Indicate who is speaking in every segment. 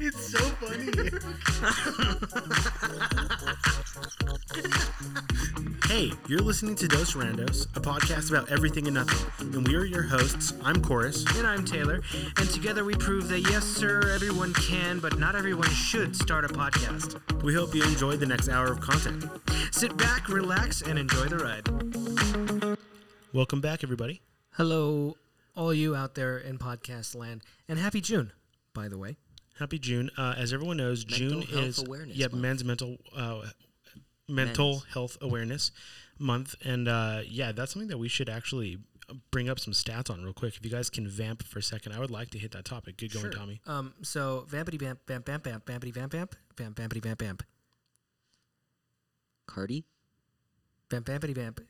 Speaker 1: it's so funny. hey, you're listening to Dos Randos, a podcast about everything and nothing. And we are your hosts. I'm Chorus.
Speaker 2: And I'm Taylor, and together we prove that yes, sir, everyone can, but not everyone should start a podcast.
Speaker 1: We hope you enjoyed the next hour of content.
Speaker 2: Sit back, relax, and enjoy the ride.
Speaker 1: Welcome back, everybody.
Speaker 2: Hello, all you out there in podcast land, and happy June, by the way.
Speaker 1: Happy June. Uh, as everyone knows,
Speaker 3: Mental
Speaker 1: June
Speaker 3: Health
Speaker 1: is
Speaker 3: Awareness
Speaker 1: yeah,
Speaker 3: Month.
Speaker 1: men's mental uh, mental health awareness month, and uh, yeah, that's something that we should actually bring up some stats on real quick. If you guys can vamp for a second, I would like to hit that topic. Good going, Tommy.
Speaker 2: Um, so vampity vamp vamp vamp vamp vampity vamp vamp vamp vampity vamp vamp
Speaker 3: Cardi?
Speaker 2: vamp vampity vamp.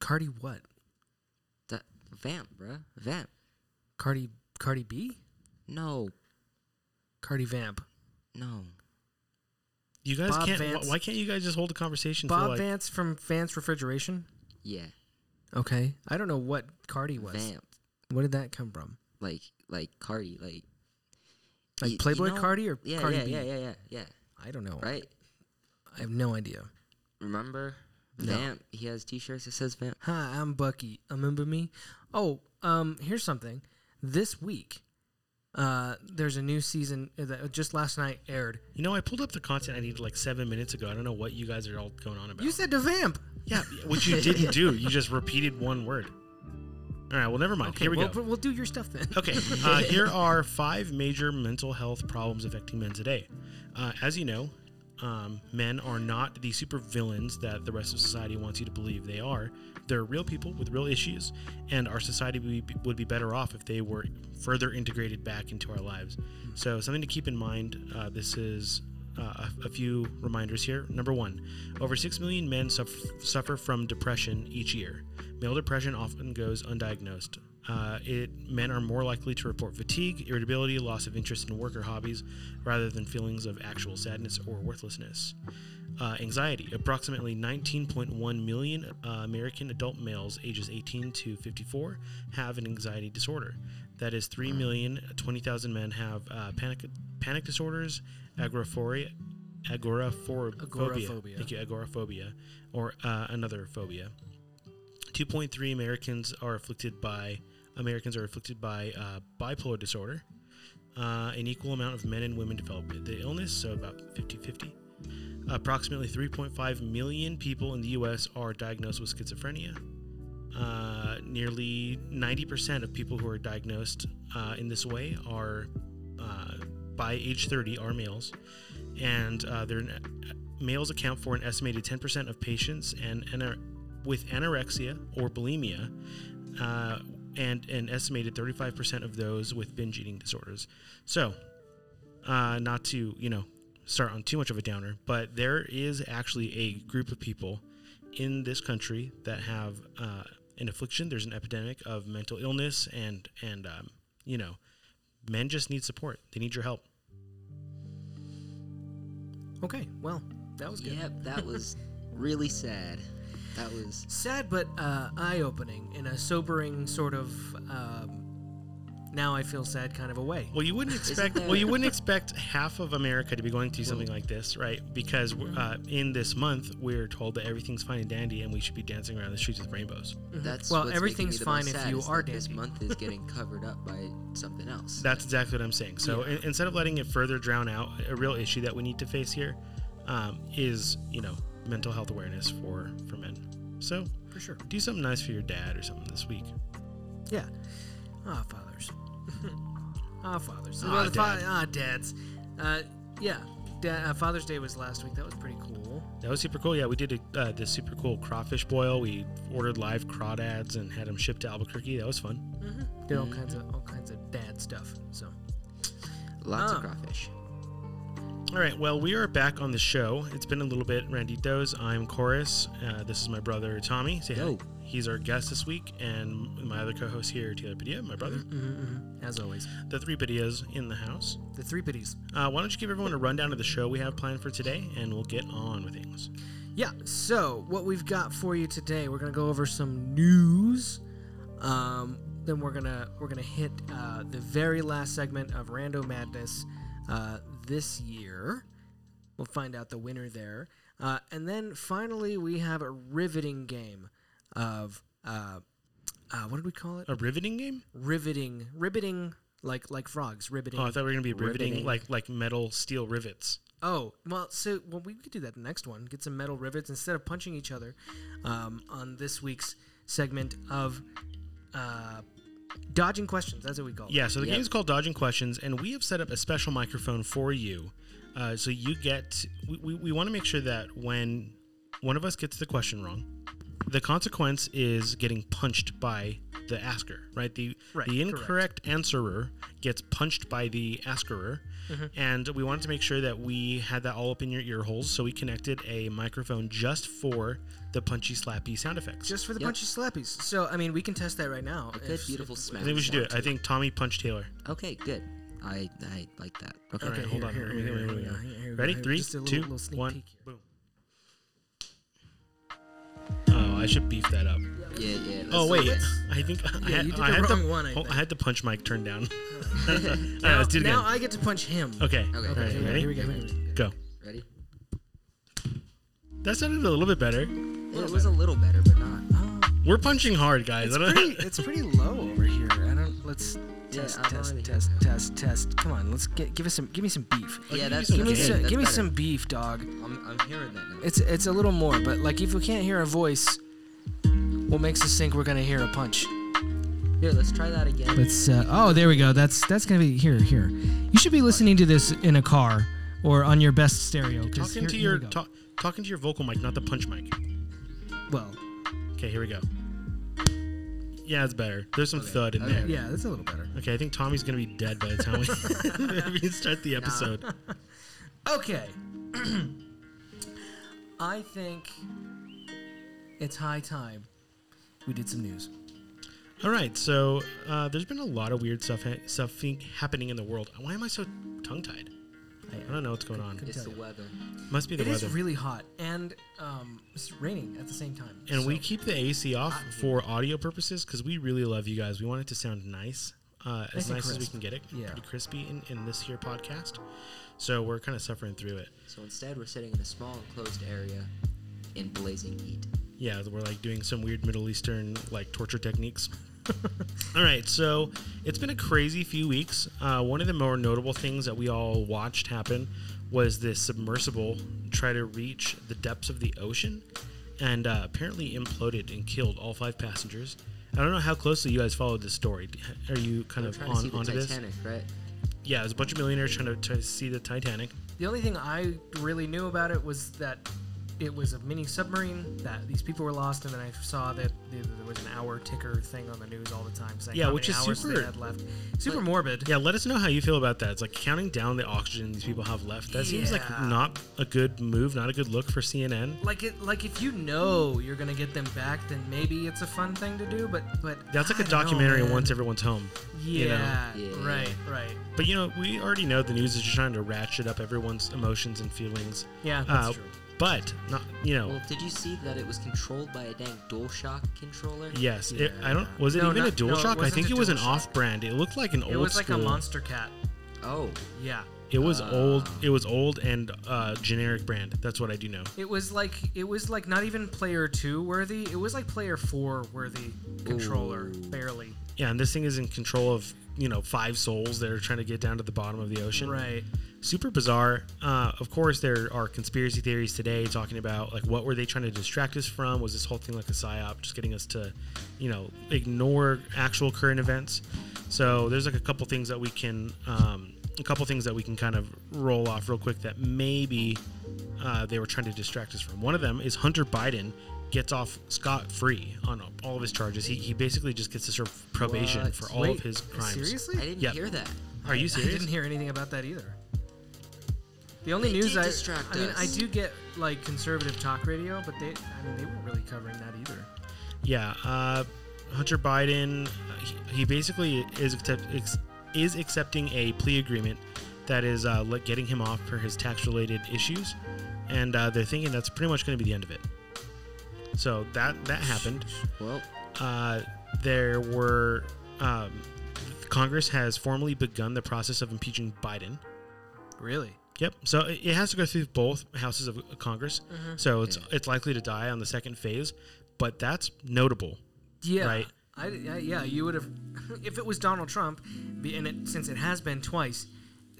Speaker 2: Cardi what?
Speaker 3: Da- vamp, bruh. Vamp.
Speaker 2: Cardi Cardi B?
Speaker 3: No.
Speaker 2: Cardi Vamp.
Speaker 3: No.
Speaker 1: You guys
Speaker 2: Bob
Speaker 1: can't.
Speaker 2: Vance.
Speaker 1: Wh- why can't you guys just hold a conversation for
Speaker 2: Bob
Speaker 1: like?
Speaker 2: Vance from Vance Refrigeration.
Speaker 3: Yeah.
Speaker 2: Okay, I don't know what Cardi was.
Speaker 3: Vamp.
Speaker 2: What did that come from?
Speaker 3: Like, like Cardi. Like,
Speaker 2: Like
Speaker 3: y- you
Speaker 2: Playboy
Speaker 3: know-
Speaker 2: Cardi or
Speaker 3: yeah,
Speaker 2: Cardi
Speaker 3: yeah,
Speaker 2: B? Oh.
Speaker 3: yeah, yeah, yeah, yeah.
Speaker 2: I don't know.
Speaker 3: Right?
Speaker 2: I have no idea.
Speaker 3: Remember?
Speaker 2: No.
Speaker 3: Vamp. He has t shirts that says Vamp.
Speaker 2: Hi, I'm Bucky. Remember me? Oh, um, here's something. This week, uh, there's a new season that just last night aired.
Speaker 1: You know, I pulled up the content I needed like seven minutes ago. I don't know what you guys are all going on about.
Speaker 2: You said to vamp.
Speaker 1: yeah, which you didn't do. You just repeated one word. All right. Well, never mind. Here we
Speaker 2: well,
Speaker 1: go.
Speaker 2: but We'll do your stuff then.
Speaker 1: Okay, uh, here are five major mental health problems affecting men today. Uh, as you know, um, men are not the supervillains that the rest of society wants you to believe they are. They're real people with real issues, and our society would be, would be better off if they were further integrated back into our lives. So, something to keep in mind uh, this is uh, a, a few reminders here. Number one, over 6 million men suffer, suffer from depression each year. Male depression often goes undiagnosed. Uh, it, men are more likely to report fatigue, irritability, loss of interest in work or hobbies, rather than feelings of actual sadness or worthlessness. Uh, anxiety. Approximately 19.1 million uh, American adult males ages 18 to 54 have an anxiety disorder. That is 3 million 20,000 men have uh, panic panic disorders, agoraphobia, agoraphobia,
Speaker 2: Agoraphobia.
Speaker 1: Thank you, agoraphobia, or uh, another phobia. 2.3 Americans are afflicted by Americans are afflicted by uh, bipolar disorder. Uh, an equal amount of men and women develop the illness, so about 50-50. Approximately 3.5 million people in the U.S. are diagnosed with schizophrenia. Uh, nearly 90% of people who are diagnosed uh, in this way are uh, by age 30 are males, and uh, they're males account for an estimated 10% of patients and anar- with anorexia or bulimia, uh, and an estimated 35% of those with binge eating disorders. So, uh, not to you know start on too much of a downer, but there is actually a group of people in this country that have uh, an affliction. There's an epidemic of mental illness, and and um, you know, men just need support. They need your help.
Speaker 2: Okay. Well, that was good.
Speaker 3: Yep, that was really sad. That was.
Speaker 2: Sad, but uh, eye-opening in a sobering sort of. Um, now I feel sad, kind of a way.
Speaker 1: Well, you wouldn't expect.
Speaker 3: there-
Speaker 1: Well, you wouldn't expect half of America to be going through something like this, right? Because uh, in this month, we're told that everything's fine and dandy, and we should be dancing around the streets with rainbows.
Speaker 3: That's
Speaker 2: Mm-hmm. Well,
Speaker 3: what's making me
Speaker 2: everything's
Speaker 3: the
Speaker 2: fine
Speaker 3: most
Speaker 2: if
Speaker 3: sad
Speaker 2: you
Speaker 3: is
Speaker 2: are
Speaker 3: that This
Speaker 2: dancing.
Speaker 3: month is getting covered up by something else.
Speaker 1: That's exactly what I'm saying. So in, instead of letting it further drown out a real issue that we need to face here, um, is you know mental health awareness for for men. So
Speaker 2: For sure.
Speaker 1: do something nice for your dad or something this week.
Speaker 2: Yeah. Ah, fathers. ah, fathers.
Speaker 1: Ah,
Speaker 2: Well, the fa-
Speaker 1: dad.
Speaker 2: ah, dads. Uh, yeah. Da- uh, Father's Day was last week. That was pretty cool.
Speaker 1: That was super cool. Yeah, we did a, uh, this super cool crawfish boil. We ordered live crawdads and had them shipped to Albuquerque. That was fun.
Speaker 2: Did
Speaker 1: Mm-hmm.
Speaker 2: all kinds of all kinds of dad stuff. So
Speaker 3: Lots
Speaker 2: Ah.
Speaker 3: of crawfish.
Speaker 1: All right. Well, we are back on the show. It's been a little bit. Randy Does. I'm Chorus. Uh, this is my brother Tommy. Say hello.
Speaker 3: Yo.
Speaker 1: He's our guest this week, and my other co-host here, Taylor Padilla, my brother. mm-hmm.
Speaker 2: as always,
Speaker 1: The three Padillas in the house.
Speaker 2: the three pitties.
Speaker 1: Uh, why don't you give everyone a rundown of the show we have planned for today, and we'll get on with things.
Speaker 2: Yeah. So what we've got for you today, we're gonna go over some news. Um, then we're gonna we're gonna hit uh, the very last segment of Rando Madness uh, this year. We'll find out the winner there, uh, and then finally we have a riveting game of uh, uh, what did we call it?
Speaker 1: A riveting game?
Speaker 2: Riveting, riveting, like like frogs, riveting.
Speaker 1: Oh, I thought we were gonna be riveting,
Speaker 3: Riveting.
Speaker 1: like like metal steel rivets.
Speaker 2: Oh, well, so well, we could do that the next one. Get some metal rivets instead of punching each other um, on this week's segment of uh, dodging questions. That's what we call it.
Speaker 1: Yeah, so the
Speaker 3: Yep.
Speaker 1: game is called Dodging Questions, and we have set up a special microphone for you. Uh, so you get, we, we, we want to make sure that when one of us gets the question wrong, the consequence is getting punched by the asker, right? The
Speaker 2: Right,
Speaker 1: the
Speaker 2: correct.
Speaker 1: incorrect answerer gets punched by the asker,
Speaker 2: Mm-hmm.
Speaker 1: and we wanted to make sure that we had that all up in your ear holes. So we connected a microphone just for the punchy, slappy sound effects.
Speaker 2: Just for the
Speaker 3: Yep.
Speaker 2: punchy slappies. So, I mean, we can test that right now.
Speaker 3: A good, beautiful
Speaker 1: I
Speaker 3: smack.
Speaker 1: think we should do it. I think Tommy punched Taylor.
Speaker 3: Okay, good. I I like that. Okay.
Speaker 1: All right, hold on. Here, we go, here, we go.
Speaker 2: here, here we go.
Speaker 1: Ready?
Speaker 2: Here,
Speaker 1: Three,
Speaker 2: just a
Speaker 1: two,
Speaker 2: little-
Speaker 1: one,
Speaker 2: little sneak peek
Speaker 1: boom. Oh, I should beef that up.
Speaker 3: Yeah, yeah. let's
Speaker 1: oh
Speaker 3: do
Speaker 1: wait,
Speaker 3: it.
Speaker 1: I think I
Speaker 2: Yeah,
Speaker 1: had,
Speaker 2: you did
Speaker 1: I
Speaker 2: the
Speaker 1: had
Speaker 2: wrong one, I
Speaker 1: hold-
Speaker 2: think.
Speaker 1: had the punch mic turned down. Alright,
Speaker 2: Now,
Speaker 1: let's do it again.
Speaker 2: now I get to punch him.
Speaker 1: okay.
Speaker 3: Okay,
Speaker 1: All
Speaker 3: okay,
Speaker 1: right,
Speaker 2: here, we go,
Speaker 1: ready?
Speaker 2: here we go. here we go.
Speaker 1: Go.
Speaker 3: Ready?
Speaker 1: That sounded a little bit better.
Speaker 3: It was a little better, but not.
Speaker 2: Oh,
Speaker 1: We're punching hard, guys.
Speaker 2: it's
Speaker 1: I don't-
Speaker 2: pretty. It's pretty low over here. I don't. Let's
Speaker 3: Yeah,
Speaker 2: test,
Speaker 3: I'm
Speaker 2: test,
Speaker 3: already-
Speaker 2: test, test, test. Come on. Let's get. Give us some. Give me some beef.
Speaker 1: give
Speaker 3: Yeah,
Speaker 1: me
Speaker 3: that's
Speaker 1: some
Speaker 2: Give me
Speaker 1: Okay,
Speaker 2: some.
Speaker 3: that's
Speaker 2: Give me
Speaker 3: better.
Speaker 2: some beef, dog.
Speaker 3: I'm, I'm hearing that now.
Speaker 2: It's it's a little more, but like if we can't hear a voice, what makes us think we're gonna hear a punch?
Speaker 3: Here, let's try that again.
Speaker 2: Let's. Uh, oh, there we go. That's that's gonna be here. Here, you should be listening to this in a car or on your best stereo. 'cause
Speaker 1: talking
Speaker 2: here-
Speaker 1: to
Speaker 2: here
Speaker 1: your
Speaker 2: we go.
Speaker 1: talk, talking to your vocal mic, not the punch mic.
Speaker 2: Well,
Speaker 1: Okay, here we go. Yeah, it's better. There's some thud in
Speaker 3: okay.
Speaker 1: there.
Speaker 2: yeah, that's a little better.
Speaker 1: Okay, I think Tommy's gonna be dead by the time we, we start the episode.
Speaker 2: Okay. I think it's high time we did some news.
Speaker 1: All right, so uh, there's been a lot of weird stuff ha- stuff fe- happening in the world. Why am I so tongue tied? I don't know what's going on.
Speaker 2: could-
Speaker 3: It's the
Speaker 2: tell you.
Speaker 3: weather.
Speaker 1: Must be the
Speaker 2: It is
Speaker 1: weather.
Speaker 2: really hot and um, it's raining at the same time.
Speaker 1: and we
Speaker 2: so-
Speaker 1: keep the AC off for audio purposes because we really love you guys. We want it to sound nice, uh,
Speaker 2: Nice
Speaker 1: as
Speaker 2: and
Speaker 1: nice as we
Speaker 2: crisp.
Speaker 1: can get it.
Speaker 2: Yeah.
Speaker 1: Pretty crispy in, in this here podcast. So we're kind of suffering through it.
Speaker 3: So instead, we're sitting in a small enclosed area in blazing heat.
Speaker 1: Yeah, we're like doing some weird Middle Eastern like torture techniques. all right, so it's been a crazy few weeks. Uh, one of the more notable things that we all watched happen was this submersible try to reach the depths of the ocean and uh, apparently imploded and killed all five passengers. I don't know how closely you guys followed this story. Are you kind
Speaker 3: We're
Speaker 1: of
Speaker 3: trying
Speaker 1: on
Speaker 3: to see the
Speaker 1: onto this?
Speaker 3: Titanic, right?
Speaker 1: Yeah, there's a bunch of millionaires trying to, try to see the Titanic.
Speaker 2: The only thing I really knew about it was that it was a mini submarine that these people were lost, and then I saw that the- there was an hour ticker thing on the news all the time saying
Speaker 1: Yeah,
Speaker 2: how
Speaker 1: which
Speaker 2: many
Speaker 1: is
Speaker 2: hours
Speaker 1: super-
Speaker 2: they had left. Super morbid.
Speaker 1: Yeah, let us know how you feel about that. It's like counting down the oxygen these people have left. That seems like
Speaker 2: Yeah.
Speaker 1: not a good move, not a good look for CNN.
Speaker 2: Like it, like if you know you're gonna get them back, then maybe it's a fun thing to do. But but
Speaker 1: That's like a
Speaker 2: I don't know,
Speaker 1: documentary
Speaker 2: man.
Speaker 1: once everyone's home. you know.
Speaker 2: Yeah,
Speaker 3: Yeah.
Speaker 2: right, right.
Speaker 1: But you know, we already know the news is just trying to ratchet up everyone's emotions and feelings.
Speaker 2: Yeah, that's
Speaker 1: Uh,
Speaker 2: true.
Speaker 1: But not, you know,
Speaker 3: Well, did you see that it was controlled by a dang DualShock controller?
Speaker 1: yes, it, I don't.
Speaker 2: yeah.
Speaker 1: Was it
Speaker 2: No,
Speaker 1: even a
Speaker 2: not- no, it
Speaker 1: DualShock? I
Speaker 2: wasn't
Speaker 1: think
Speaker 2: a
Speaker 1: it was an
Speaker 2: DualShock.
Speaker 1: off-brand. It looked like an old.
Speaker 2: It was like a
Speaker 1: school-
Speaker 2: monster Uh. cat.
Speaker 3: Oh,
Speaker 2: Yeah.
Speaker 1: It was
Speaker 3: Ah.
Speaker 1: old. It was old and uh, generic brand. That's what I do know.
Speaker 2: It was like it was like not even player two worthy. It was like player four worthy controller,
Speaker 3: Ooh.
Speaker 2: barely.
Speaker 1: Yeah, and this thing is in control of you know five souls that are trying to get down to the bottom of the ocean.
Speaker 2: Right.
Speaker 1: super bizarre. Uh, of course, there are conspiracy theories today talking about like what were they trying to distract us from? Was this whole thing like a psyop, just getting us to, you know, ignore actual current events? So there's like a couple things that we can, um, a couple things that we can kind of roll off real quick that maybe uh, they were trying to distract us from. One of them is Hunter Biden gets off scot free on all of his charges. He, he basically just gets to serve probation
Speaker 3: What?
Speaker 1: for all
Speaker 2: Wait,
Speaker 1: of his crimes.
Speaker 3: I
Speaker 2: Seriously?
Speaker 3: didn't
Speaker 1: Yep.
Speaker 3: hear that.
Speaker 1: Are you
Speaker 2: I
Speaker 1: serious?
Speaker 2: didn't hear anything about that either. The only
Speaker 3: They
Speaker 2: news
Speaker 3: did
Speaker 2: I,
Speaker 3: distract
Speaker 2: I mean, I
Speaker 3: us.
Speaker 2: do get like conservative talk radio, but they, I mean, they weren't really covering that either.
Speaker 1: Yeah, uh, Hunter Biden, uh, he, he basically is accept, ex, is accepting a plea agreement that is uh, like getting him off for his tax-related issues, and uh, they're thinking that's pretty much going to be the end of it. So that that happened.
Speaker 3: Well,
Speaker 1: Uh, there were um, Congress has formally begun the process of impeaching Biden.
Speaker 2: Really?
Speaker 1: Yep. So it it has to go through both houses of uh, Congress. So it's it's likely to die on the second phase, but that's notable.
Speaker 2: Yeah.
Speaker 1: Right.
Speaker 2: I, I- yeah, you would have, if it was Donald Trump, be- and it, since it has been twice,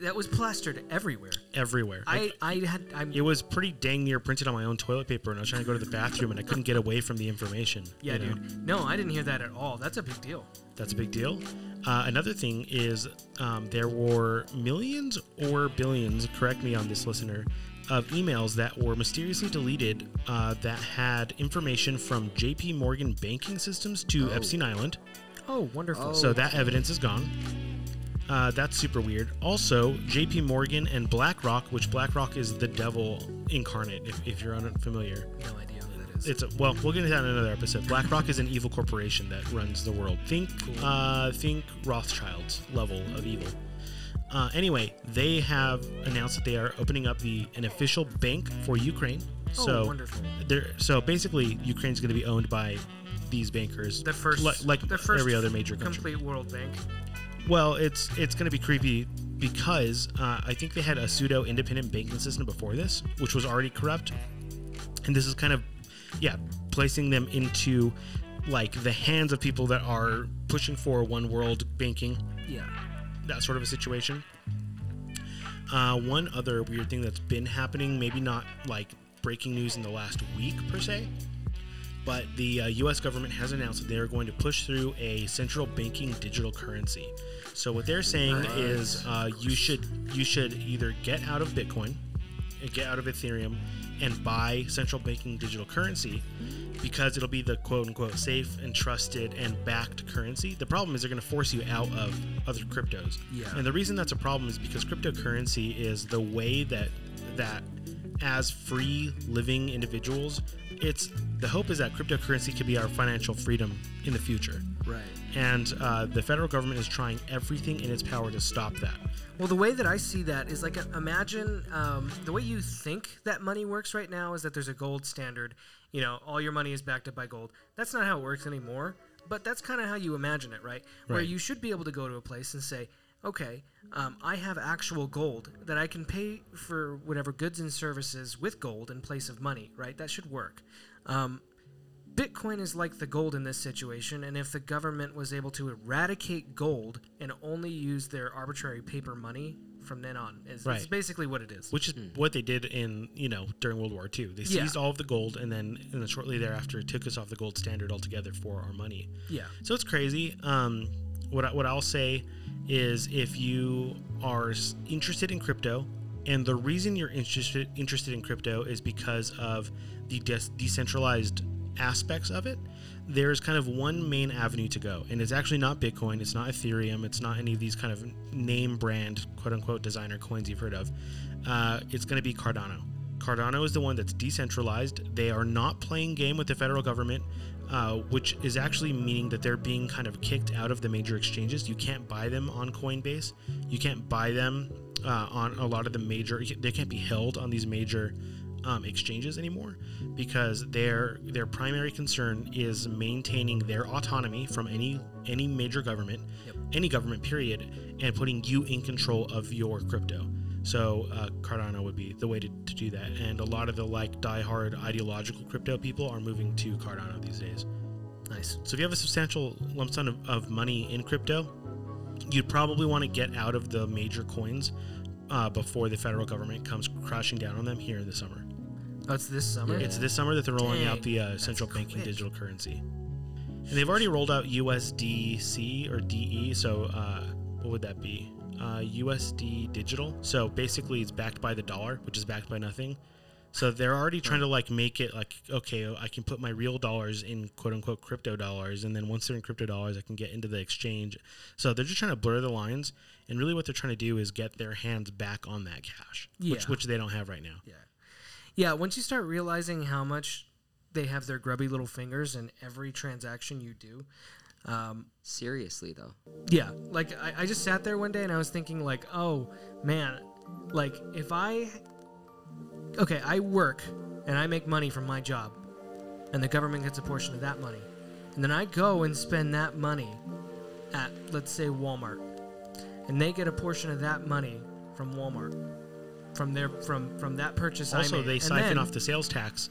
Speaker 2: that was plastered everywhere.
Speaker 1: everywhere.
Speaker 2: I, I had, I'm,
Speaker 1: it was pretty dang near printed on my own toilet paper, and I was trying to go to the bathroom, and I couldn't get away from the information.
Speaker 2: yeah,
Speaker 1: you know?
Speaker 2: dude. No, I didn't hear that at all. That's a big deal.
Speaker 1: That's a big deal. Uh, another thing is um, there were millions or billions, correct me on this, listener, of emails that were mysteriously deleted uh, that had information from JP Morgan banking systems to
Speaker 3: Oh.
Speaker 1: Epstein Island.
Speaker 2: Oh, wonderful.
Speaker 3: Oh.
Speaker 1: So that evidence is gone. Uh, that's super weird. Also, JP Morgan and BlackRock, which BlackRock is the devil incarnate, if, if you're unfamiliar.
Speaker 2: No idea who that is.
Speaker 1: It's a, well, we'll get into that in another episode. BlackRock is an evil corporation that runs the world. Think, uh, think Rothschild's level of evil. Uh, anyway, they have announced that they are opening up the an official bank for Ukraine.
Speaker 2: Oh,
Speaker 1: So
Speaker 2: wonderful.
Speaker 1: they're so basically Ukraine's going to be owned by these bankers.
Speaker 2: The first,
Speaker 1: li- like
Speaker 2: the first
Speaker 1: every other major country.
Speaker 2: complete World Bank.
Speaker 1: Well, it's it's going to be creepy because uh, I think they had a pseudo independent banking system before this, which was already corrupt, and this is kind of yeah placing them into like the hands of people that are pushing for one world banking
Speaker 2: Yeah.
Speaker 1: that sort of a situation. Uh, one other weird thing that's been happening, maybe not like breaking news in the last week per se, but the uh, U.S. government has announced that they are going to push through a central banking digital currency. So what they're saying
Speaker 2: Right.
Speaker 1: is uh, you should you should either get out of Bitcoin, and get out of Ethereum, and buy central banking digital currency because it'll be the quote unquote safe and trusted and backed currency. The problem is they're going to force you out of other cryptos.
Speaker 2: Yeah.
Speaker 1: And the reason that's a problem is because cryptocurrency is the way that that as free living individuals, it's the hope is that cryptocurrency could be our financial freedom in the future.
Speaker 3: Right.
Speaker 1: And uh, the federal government is trying everything in its power to stop that.
Speaker 2: Well, the way that I see that is like uh, imagine um, the way you think that money works right now is that there's a gold standard. You know, all your money is backed up by gold. That's not how it works anymore, but that's kind of how you imagine it, right? Where
Speaker 1: Right.
Speaker 2: you should be able to go to a place and say, okay, um, I have actual gold that I can pay for whatever goods and services with gold in place of money, right? That should work. Um, Bitcoin is like the gold in this situation, and if the government was able to eradicate gold and only use their arbitrary paper money from then on, is is
Speaker 1: Right.
Speaker 2: basically what it is.
Speaker 1: which is what they did in you know during World War II. They
Speaker 2: Yeah.
Speaker 1: seized all of the gold and then and then shortly thereafter took us off the gold standard altogether for our money.
Speaker 2: Yeah,
Speaker 1: So it's crazy. Um, what I, what I'll say is if you are s- interested in crypto, and the reason you're interested interested in crypto is because of the des- decentralized aspects of it. There is kind of one main avenue to go, and it's actually not Bitcoin, it's not Ethereum, it's not any of these kind of name brand quote unquote designer coins you've heard of. Uh, it's going to be Cardano. Cardano is the one that's decentralized. They are not playing game with the federal government, uh, which is actually meaning that they're being kind of kicked out of the major exchanges. You can't buy them on Coinbase. You can't buy them uh, on a lot of the major. They can't be held on these major um, exchanges anymore because their their primary concern is maintaining their autonomy from any any major government, any government period, and putting you in control of your crypto. So uh, Cardano would be the way to, to do that. And a lot of the like diehard ideological crypto people are moving to Cardano these days.
Speaker 2: nice.
Speaker 1: So if you have a substantial lump sum of, of money in crypto, you'd probably want to get out of the major coins uh, before the federal government comes crashing down on them here in the summer.
Speaker 2: Oh, it's this summer.
Speaker 1: It's this summer that they're rolling
Speaker 2: Dang,
Speaker 1: out the uh, central banking
Speaker 2: quick.
Speaker 1: digital currency, and they've already rolled out USDC or DE. So uh, what would that be? Uh, USD digital. So basically, it's backed by the dollar, which is backed by nothing. So they're already trying to like make it like okay, I can put my real dollars in quote unquote crypto dollars, and then once they're in crypto dollars, I can get into the exchange. So they're just trying to blur the lines, and really what they're trying to do is get their hands back on that cash, which
Speaker 2: Yeah.
Speaker 1: which they don't have right now.
Speaker 2: Yeah. Yeah, once you start realizing how much they have their grubby little fingers in every transaction you do. Um,
Speaker 3: Seriously though.
Speaker 2: yeah, like I, I just sat there one day and I was thinking, like, oh man, like if I, okay, I work and I make money from my job, and the government gets a portion of that money, and then I go and spend that money at, let's say, Walmart, and they get a portion of that money from Walmart, from their from from that purchase. I
Speaker 1: Also,
Speaker 2: made.
Speaker 1: they
Speaker 2: And
Speaker 1: siphon
Speaker 2: then-
Speaker 1: off the sales tax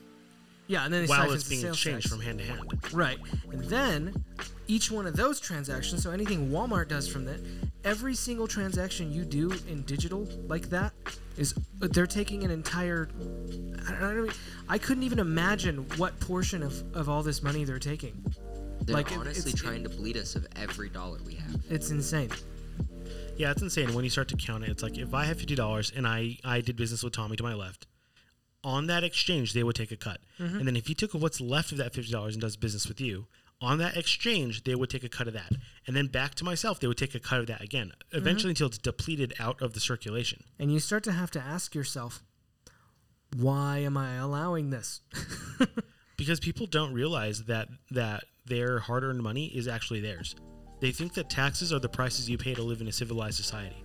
Speaker 2: yeah, and then they
Speaker 1: while
Speaker 2: siphon
Speaker 1: it's being
Speaker 2: sales
Speaker 1: exchanged
Speaker 2: tax.
Speaker 1: from hand to hand.
Speaker 2: Right. And then each one of those transactions, so anything Walmart does from that, every single transaction you do in digital like that is they're taking an entire I don't know I couldn't even imagine what portion of, of all this money they're taking.
Speaker 3: They're
Speaker 2: Like, it-
Speaker 3: honestly
Speaker 2: it's-
Speaker 3: trying to bleed us of every dollar we have.
Speaker 2: It's insane.
Speaker 1: Yeah, it's insane. When you start to count it, it's like if I have fifty dollars and I I did business with Tommy to my left, on that exchange they would take a cut,
Speaker 2: Mm-hmm.
Speaker 1: and then if you took what's left of that fifty dollars and does business with you, on that exchange they would take a cut of that, and then back to myself they would take a cut of that again, eventually
Speaker 2: Mm-hmm.
Speaker 1: until it's depleted out of the circulation.
Speaker 2: And you start to have to ask yourself, why am I allowing this?
Speaker 1: because people don't realize that that their hard-earned money is actually theirs. They think that taxes are the prices you pay to live in a civilized society.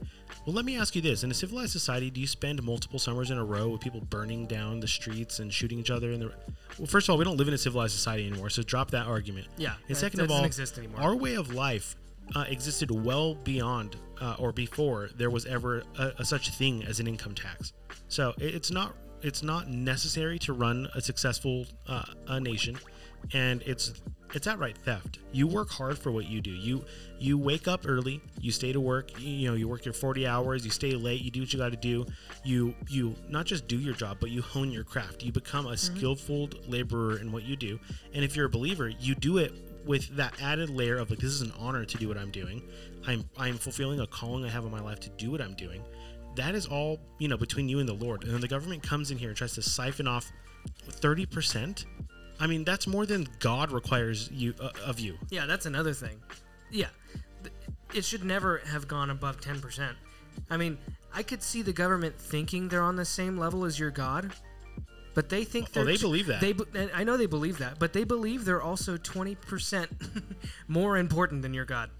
Speaker 1: Well, let me ask you this: In a civilized society, do you spend multiple summers in a row with people burning down the streets and shooting each other? In the well, first of all, we don't live in a civilized society anymore, so drop that argument.
Speaker 2: Yeah,
Speaker 1: And
Speaker 2: it
Speaker 1: second of
Speaker 2: doesn't
Speaker 1: all,
Speaker 2: exist anymore.
Speaker 1: our way of life uh, existed well beyond uh, or before there was ever a, a such thing as an income tax. So it, it's not it's not necessary to run a successful uh, a nation, and it's it's outright theft. You work hard for what you do. You you wake up early. You stay to work. You, you know you work your forty hours. You stay late. You do what you got to do. You you not just do your job, but you hone your craft. You become a skillful laborer in what you do. And if you're a believer, you do it with that added layer of like this is an honor to do what I'm doing. I'm I'm fulfilling a calling I have in my life to do what I'm doing. That is all, you know, between you and the Lord. And then the government comes in here and tries to siphon off 30%. I mean, that's more than God requires you uh, of you.
Speaker 2: Yeah, that's another thing. Yeah, Th- it should never have gone above 10%. I mean, I could see the government thinking they're on the same level as your God, but they think
Speaker 1: Oh,
Speaker 2: they're.
Speaker 1: they believe that.
Speaker 2: They, be- and I know they believe that, but they believe they're also 20% more important than your God.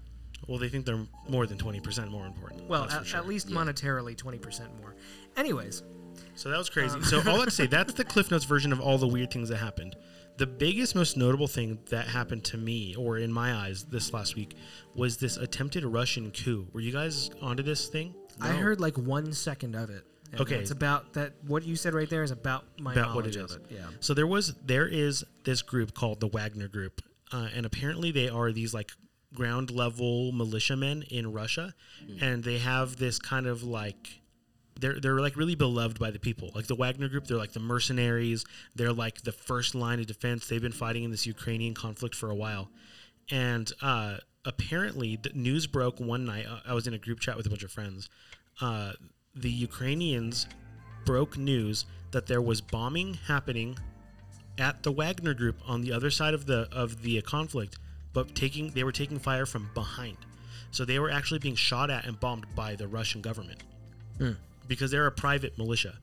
Speaker 1: Well, they think they're more than 20% more important.
Speaker 2: Well,
Speaker 1: that's for
Speaker 2: at,
Speaker 1: sure.
Speaker 2: at least monetarily, 20% more. Anyways,
Speaker 1: So that was crazy. so all I'd say that's the Cliff Notes version of all the weird things that happened. The biggest, most notable thing that happened to me, or in my eyes, this last week, was this attempted Russian coup. Were you guys onto this thing?
Speaker 2: I heard like one second of it. and
Speaker 1: Okay.
Speaker 2: It's about that. What you said right there is about my
Speaker 1: about what
Speaker 2: knowledge
Speaker 1: it is.
Speaker 2: of it. Yeah.
Speaker 1: So there was there is this group called the Wagner Group, uh, and apparently they are these like ground level militiamen in Russia,
Speaker 2: Mm.
Speaker 1: and they have this kind of like they're they're like really beloved by the people. Like the Wagner Group, they're like the mercenaries. They're like the first line of defense. They've been fighting in this Ukrainian conflict for a while, and uh, apparently the news broke one night. uh, I was in a group chat with a bunch of friends. Uh, the Ukrainians broke news that there was bombing happening at the Wagner Group on the other side of the of the conflict, but taking they were taking fire from behind, so they were actually being shot at and bombed by the Russian government because they're a private militia.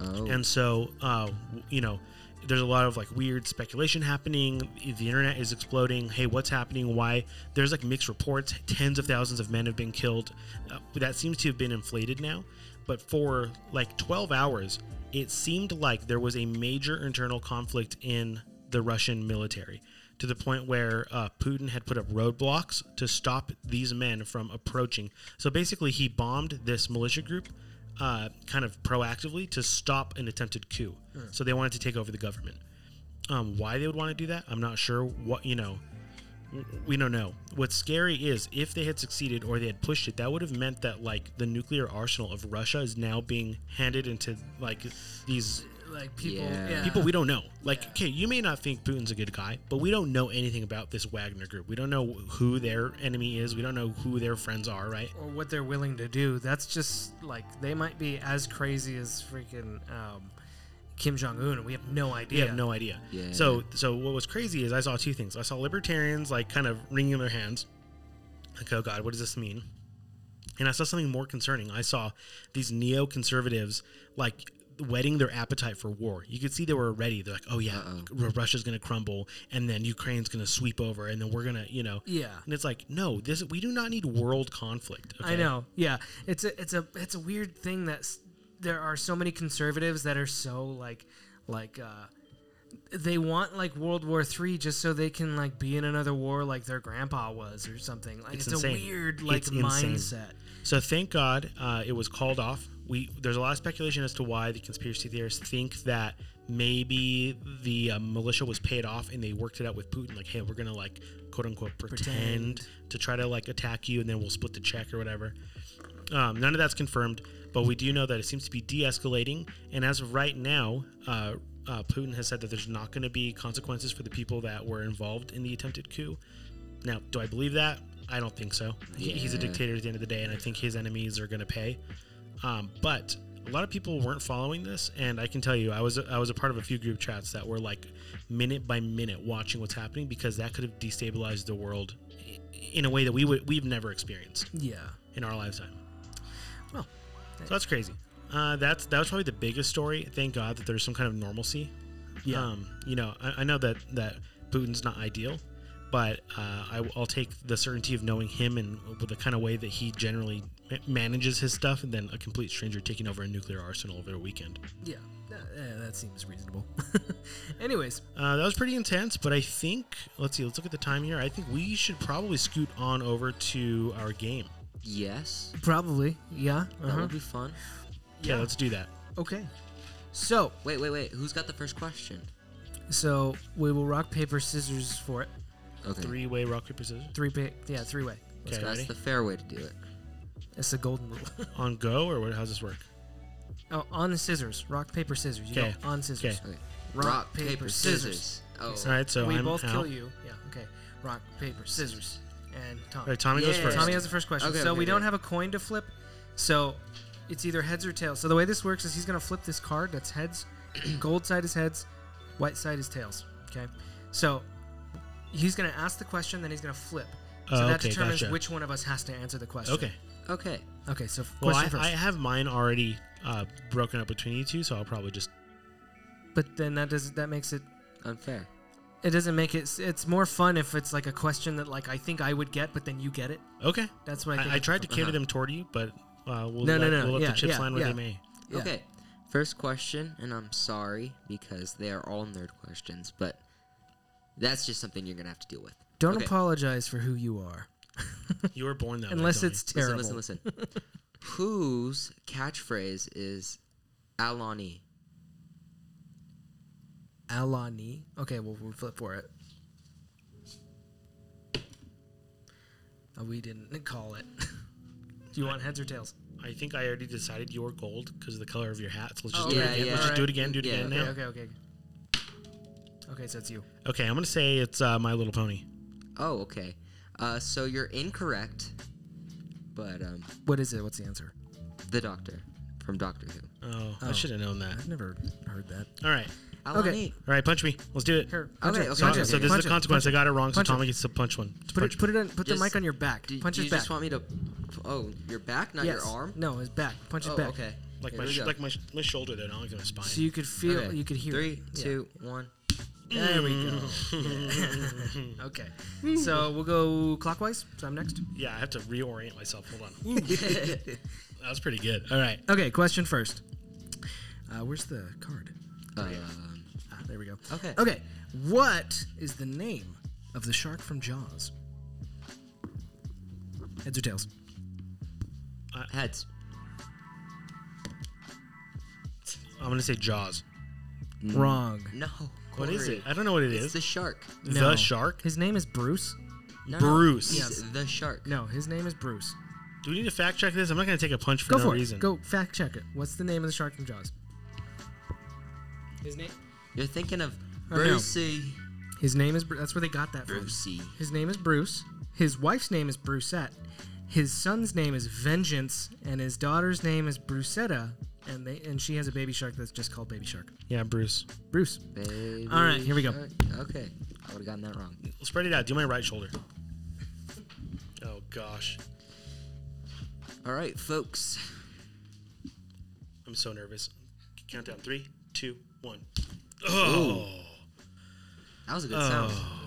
Speaker 3: Oh,
Speaker 1: And so, uh, w- you know, there's a lot of like weird speculation happening. The internet is exploding. Hey, what's happening? Why? There's like mixed reports. Tens of thousands of men have been killed. Uh, that seems to have been inflated now. But for like 12 hours, it seemed like there was a major internal conflict in the Russian military to the point where uh, Putin had put up roadblocks to stop these men from approaching. So basically, he bombed this militia group uh, kind of proactively to stop an attempted coup. So they wanted to take over the government. Um, why they would want to do that, I'm not sure. What you know, w- we don't know. What's scary is if they had succeeded or they had pushed it, that would have meant that like the nuclear arsenal of Russia is now being handed into like these
Speaker 2: Like people.
Speaker 3: Yeah.
Speaker 2: yeah.
Speaker 1: people we don't know. Like, okay, you may not think Putin's a good guy, but we don't know anything about this Wagner group. We don't know who their enemy is. We don't know who their friends are. Right?
Speaker 2: or what they're willing to do. That's just like they might be as crazy as freaking um, Kim Jong Un, and we have no
Speaker 1: We
Speaker 2: idea.
Speaker 1: have no idea.
Speaker 3: Yeah.
Speaker 1: So so what was crazy is I saw two things. I saw libertarians like kind of wringing their hands, like, oh god, what does this mean? And I saw something more concerning. I saw these neoconservatives like whetting their appetite for war. You could see they were ready. They're like, oh yeah, R- Russia's going to crumble, and then Ukraine's going to sweep over, and then we're going to, you know.
Speaker 2: Yeah.
Speaker 1: And it's like, no, this we do not need world conflict. Okay?
Speaker 2: I know. Yeah, it's a it's a it's a weird thing that s- there are so many conservatives that are so like like uh, they want like World War Three just so they can like be in another war like their grandpa was or something. Like
Speaker 1: It's
Speaker 2: it's,
Speaker 1: insane.
Speaker 2: a weird like
Speaker 1: It's insane.
Speaker 2: mindset.
Speaker 1: So thank God uh, it was called off. We there's a lot of speculation as to why the conspiracy theorists think that maybe the uh, militia was paid off and they worked it out with Putin, like, hey, we're gonna like quote unquote pretend,
Speaker 2: Pretend.
Speaker 1: to try to like attack you, and then we'll split the check or whatever. Um, none of that's confirmed, but we do know that it seems to be de-escalating, and as of right now. Uh, uh, Putin has said that there's not going to be consequences for the people that were involved in the attempted coup. Now, do I believe that? I don't think so. He He's a
Speaker 3: Yeah.
Speaker 1: dictator at the end of the day, and I think his enemies are going to pay. Um, but a lot of people weren't following this, and I can tell you, I was I was a part of a few group chats that were like minute by minute watching what's happening because that could have destabilized the world i- in a way that we would we've never experienced
Speaker 2: Yeah.
Speaker 1: in our lifetime.
Speaker 2: Well,
Speaker 1: so that's crazy. Uh, that's that was probably the biggest story. Thank God that there's some kind of normalcy.
Speaker 2: Yeah.
Speaker 1: Um, you know, I, I know that that Putin's not ideal, but uh, I, will take the certainty of knowing him and with the kind of way that he generally ma- manages his stuff, and then a complete stranger taking over a nuclear arsenal over the weekend.
Speaker 2: Yeah. That, yeah, that seems reasonable. Anyways,
Speaker 1: Uh, that was pretty intense, but I think let's see, let's look at the time here. I think we should probably scoot on over to our game.
Speaker 3: Yes,
Speaker 2: probably. Yeah.
Speaker 3: that
Speaker 2: uh-huh.
Speaker 3: would be fun.
Speaker 1: Yeah,
Speaker 2: Yeah.
Speaker 1: let's do that.
Speaker 2: Okay. So,
Speaker 3: Wait, wait, wait. Who's got the first question?
Speaker 2: so we will rock paper scissors for it.
Speaker 3: Okay,
Speaker 1: Three way rock paper scissors.
Speaker 2: Three pick. Yeah, three way.
Speaker 1: Okay,
Speaker 3: that's
Speaker 1: ready?
Speaker 3: the fair way to do it.
Speaker 2: It's the golden rule.
Speaker 1: on go or what, how's this work?
Speaker 2: oh, on the scissors. Rock paper scissors. You
Speaker 1: Okay.
Speaker 2: know, on scissors.
Speaker 1: Okay.
Speaker 3: Okay.
Speaker 2: Rock, paper, scissors.
Speaker 3: Oh,
Speaker 1: All right, so
Speaker 2: we
Speaker 1: I'm
Speaker 2: both
Speaker 1: out.
Speaker 2: kill you. Yeah. Okay. Rock paper scissors. And Tom.
Speaker 1: All right, Tommy goes
Speaker 3: Yeah.
Speaker 1: first.
Speaker 2: Tommy has the first question.
Speaker 3: Okay,
Speaker 2: so
Speaker 3: okay,
Speaker 2: we don't
Speaker 3: okay.
Speaker 2: have a coin to flip. So it's either heads or tails. So the way this works is he's going to flip this card that's heads. Gold side is heads. White side is tails. Okay. So he's going to ask the question, then he's going to flip. So
Speaker 1: Oh,
Speaker 2: that
Speaker 1: okay,
Speaker 2: determines
Speaker 1: gotcha.
Speaker 2: which one of us has to answer the question.
Speaker 1: okay.
Speaker 3: okay.
Speaker 2: Okay. So
Speaker 1: Well, I,
Speaker 2: question first.
Speaker 1: I have mine already uh, broken up between you two, so I'll probably just
Speaker 2: but then that does that makes it
Speaker 3: Unfair.
Speaker 2: it doesn't make it. It's more fun if it's like a question that like I think I would get, but then you get it.
Speaker 1: okay.
Speaker 2: That's what I think.
Speaker 1: I, I tried to cater
Speaker 3: Uh-huh.
Speaker 1: them toward you, but uh, we'll
Speaker 2: No,
Speaker 1: let,
Speaker 2: no, no.
Speaker 1: We'll let
Speaker 2: Yeah,
Speaker 1: the chips
Speaker 2: yeah,
Speaker 1: line where
Speaker 2: yeah.
Speaker 1: they may.
Speaker 2: Yeah.
Speaker 3: Okay. First question, and I'm sorry because they are all nerd questions, but that's just something you're gonna have to deal with.
Speaker 2: Don't
Speaker 3: Okay.
Speaker 2: apologize for who you are,
Speaker 1: You were born that way.
Speaker 2: unless
Speaker 1: Tommy.
Speaker 2: it's terrible.
Speaker 3: Listen, listen, listen. Whose catchphrase is Alani?
Speaker 2: Alani. Okay, well we'll flip for it. Oh, we didn't call it. Do you want heads or tails?
Speaker 1: I think I already decided you were gold because of the color of your hat. So let's just
Speaker 3: Oh,
Speaker 1: do
Speaker 3: yeah,
Speaker 1: it again.
Speaker 3: yeah.
Speaker 1: Let's just do it
Speaker 3: Alright.
Speaker 1: again. Do it
Speaker 3: Yeah,
Speaker 1: again
Speaker 2: Okay,
Speaker 1: now. Okay.
Speaker 2: okay, okay. Okay, so it's you.
Speaker 1: I'm gonna say it's uh, My Little Pony.
Speaker 3: Oh, okay. Uh, so you're incorrect, but um,
Speaker 2: What is it? What's the answer?
Speaker 3: the Doctor from Doctor Who.
Speaker 1: Oh, I
Speaker 2: Oh.
Speaker 1: should have known that.
Speaker 2: I've never heard that.
Speaker 1: All right,
Speaker 3: Alani.
Speaker 1: all right, punch me. Let's do it.
Speaker 2: Here, it,
Speaker 3: Okay, okay,
Speaker 1: So,
Speaker 3: Punch it,
Speaker 1: so this is
Speaker 2: punch
Speaker 1: the
Speaker 2: it,
Speaker 1: consequence. I
Speaker 2: punch
Speaker 1: got it wrong, so
Speaker 2: Punch it.
Speaker 1: Tommy gets to punch one.
Speaker 2: it. Put
Speaker 1: Punch
Speaker 2: it, put it on. Put
Speaker 3: Just-
Speaker 2: the mic on your back.
Speaker 3: Do,
Speaker 2: punch
Speaker 3: do
Speaker 2: his
Speaker 3: you
Speaker 2: back.
Speaker 3: just want me to? Oh, your back, not your arm.
Speaker 2: No, his back. Punch his
Speaker 3: Oh,
Speaker 2: back.
Speaker 3: okay.
Speaker 1: like
Speaker 3: Here
Speaker 1: my
Speaker 3: we
Speaker 1: sh-
Speaker 3: go.
Speaker 1: like my sh- my shoulder there, not like my spine.
Speaker 2: So you could feel,
Speaker 3: Okay.
Speaker 2: you could hear.
Speaker 3: Three,
Speaker 2: it. Yeah.
Speaker 3: two, one.
Speaker 2: There we go. okay. So we'll go clockwise. So I'm next.
Speaker 1: Yeah, I have to reorient myself. Hold on. that was pretty good. All right.
Speaker 2: Okay, question first. Uh, where's the card?
Speaker 3: Um,
Speaker 2: Ah, there we go.
Speaker 3: Okay.
Speaker 2: Okay. What is the name of the shark from Jaws? Heads or tails?
Speaker 3: heads.
Speaker 1: I'm going to say Jaws. Mm.
Speaker 2: Wrong.
Speaker 3: No.
Speaker 1: What is
Speaker 3: Corey.
Speaker 1: it? I don't know what it
Speaker 3: It's
Speaker 1: is.
Speaker 3: the shark.
Speaker 1: The shark?
Speaker 2: His name is Bruce.
Speaker 3: No, no,
Speaker 1: Bruce.
Speaker 3: he's
Speaker 2: Yes.
Speaker 3: The shark.
Speaker 2: No, his name is Bruce.
Speaker 1: Do we need to fact check this? I'm not going to take a punch for
Speaker 2: Go
Speaker 1: no
Speaker 2: for
Speaker 1: reason.
Speaker 2: it. Go fact check it. What's the name of the shark from Jaws? His name.
Speaker 3: You're thinking of
Speaker 2: Oh, no.
Speaker 3: Brucey.
Speaker 2: His name is. Bru- That's where they got that from.
Speaker 3: Brucey.
Speaker 2: His name is Bruce. His wife's name is Brucette. His son's name is Vengeance, and his daughter's name is Brucetta, and they and she has a baby shark that's just called Baby Shark.
Speaker 1: Yeah, Bruce.
Speaker 2: Bruce.
Speaker 3: Baby
Speaker 2: All right, here we go.
Speaker 3: shark. Okay. I would have gotten that wrong.
Speaker 1: Spread it out. Do my right shoulder. Oh, gosh.
Speaker 3: All right, folks.
Speaker 1: I'm so nervous. Countdown. Three, two, one. Oh.
Speaker 3: That was a good sound.
Speaker 1: Oh.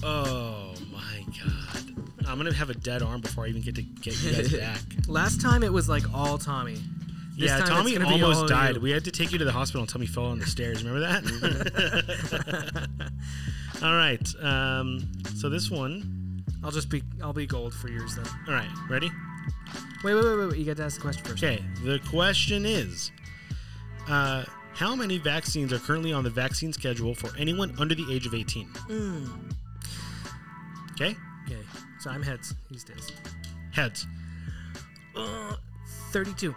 Speaker 1: Oh, my God. I'm going to have a dead arm before I even get to get you guys back.
Speaker 2: Last time it was like all Tommy. This
Speaker 1: yeah,
Speaker 2: time it's
Speaker 1: Tommy
Speaker 2: gonna be all
Speaker 1: almost
Speaker 2: you.
Speaker 1: died. We had to take you to the hospital and Tommy fell on the stairs. Remember that?
Speaker 2: Mm-hmm.
Speaker 1: all right. Um, so this one.
Speaker 2: I'll just be I'll be gold for yours then.
Speaker 1: All right. Ready?
Speaker 2: Wait, wait, wait, wait. wait. You got to ask the question first.
Speaker 1: Okay. The question is uh, How many vaccines are currently on the vaccine schedule for anyone under the age of 18? Okay.
Speaker 2: Okay. So I'm heads these days.
Speaker 1: Heads.
Speaker 2: Uh, Thirty-two.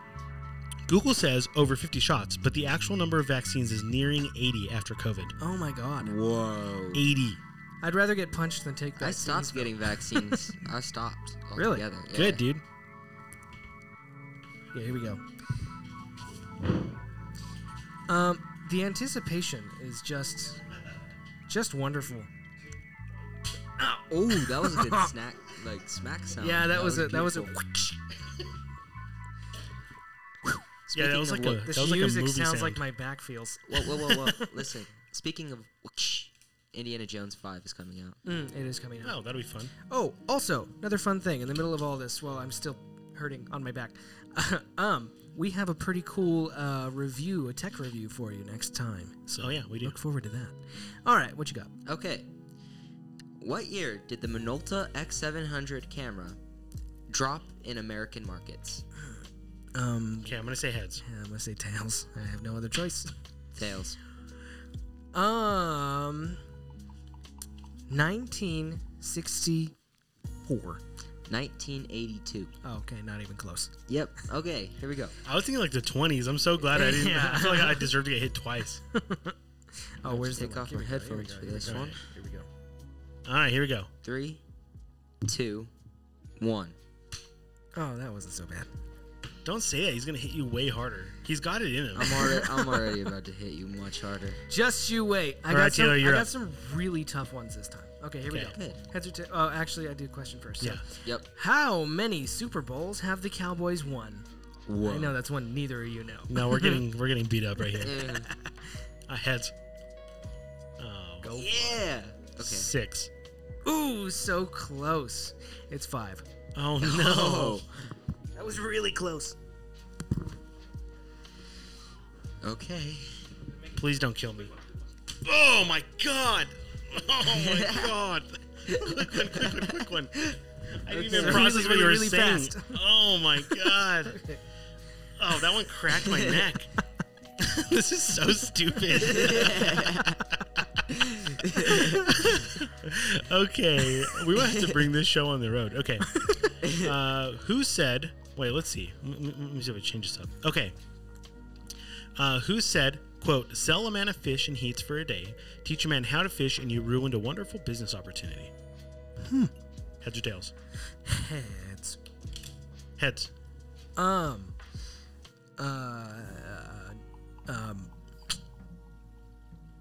Speaker 1: Google says over 50 shots, but the actual number of vaccines is nearing 80 after COVID.
Speaker 2: Oh my god.
Speaker 3: Whoa.
Speaker 1: 80.
Speaker 2: I'd rather get punched than take that.
Speaker 3: I stopped getting vaccines. I stopped
Speaker 2: Really?
Speaker 3: altogether. Yeah.
Speaker 1: Good, dude.
Speaker 2: Yeah, here we go. Um, the anticipation is just, just wonderful.
Speaker 3: Oh, that was a good snack, like smack sound.
Speaker 2: yeah, that, was, a that was a.
Speaker 3: Oh, beautiful.
Speaker 1: Yeah, that
Speaker 3: Speaking
Speaker 1: was
Speaker 3: of
Speaker 1: like a-
Speaker 3: what-
Speaker 2: This
Speaker 1: That was like a
Speaker 2: music
Speaker 1: movie
Speaker 2: sounds
Speaker 1: sound.
Speaker 2: like my back feels.
Speaker 3: Whoa, whoa, whoa, whoa! Listen. Speaking of, whoosh, Indiana Jones Five is coming out.
Speaker 2: Mm, it is coming out.
Speaker 1: Oh, that'll be fun.
Speaker 2: Oh, also another fun thing in the middle of all this, while I'm still hurting on my back, um, we have a pretty cool uh, review, a tech review for you next time.
Speaker 1: So, yeah, we do.
Speaker 2: Look forward to that. All right, what you got? Uh,
Speaker 3: Okay. What year did the Minolta X700 camera drop in American markets?
Speaker 2: Um,
Speaker 1: Okay, I'm going to say heads.
Speaker 2: yeah, I'm gonna say tails. I have no other choice.
Speaker 3: Tails.
Speaker 2: Um, 1964.
Speaker 3: 1982.
Speaker 2: Oh, okay, not even close.
Speaker 3: Yep. Okay. Here we go.
Speaker 1: I was thinking like the 20s. I'm so glad I didn't.
Speaker 2: Yeah.
Speaker 1: I feel like I deserve to get hit twice.
Speaker 2: Oh, where's the
Speaker 3: take off
Speaker 2: link? Here
Speaker 3: my
Speaker 2: we go, here we
Speaker 3: headphones
Speaker 2: go,
Speaker 3: for
Speaker 2: here we
Speaker 3: this
Speaker 2: go.
Speaker 3: one.
Speaker 2: Here we go.
Speaker 1: All right, here we go.
Speaker 3: Three, two, one.
Speaker 2: Oh, that wasn't so bad.
Speaker 1: Don't say that. He's going to hit you way harder. He's got it in him.
Speaker 3: I'm already, I'm already about to hit you much harder.
Speaker 2: Just you wait. I
Speaker 1: All
Speaker 2: got
Speaker 1: right,
Speaker 2: some.
Speaker 1: Taylor, you're
Speaker 2: I got
Speaker 1: up.
Speaker 2: some really tough ones this time. Okay, here
Speaker 1: Okay.
Speaker 2: we go.
Speaker 3: Good.
Speaker 2: Heads or ta- oh, actually, I did question first. So.
Speaker 1: Yeah.
Speaker 3: Yep.
Speaker 2: How many Super Bowls have the Cowboys won?
Speaker 3: Whoa.
Speaker 2: I know that's one neither of you know.
Speaker 1: No, we're getting we're getting beat up right here.
Speaker 3: Eh,
Speaker 1: Uh, heads. Oh,
Speaker 3: yeah. Okay.
Speaker 1: six.
Speaker 2: Ooh, so close. It's five.
Speaker 1: Oh no.
Speaker 3: Oh.
Speaker 2: That was really close.
Speaker 3: Okay.
Speaker 1: Please don't kill me. Oh my god. Oh my god. quick one, quick one, quick one. I didn't even
Speaker 2: Really,
Speaker 1: process what you were
Speaker 2: really
Speaker 1: saying.
Speaker 2: fast.
Speaker 1: Oh my god. Oh, that one cracked my neck. this is so stupid. okay, we will have to bring this show on the road. Okay. Uh, who said? Wait, let's see. M- m- Let me see if I change this up. Okay. Uh, who said? "Quote: Sell a man a fish and he eats for a day. Teach a man how to fish, and you ruined a wonderful business opportunity." Hmm. Heads or tails?
Speaker 2: Heads.
Speaker 1: Heads.
Speaker 2: Um. Uh. Um.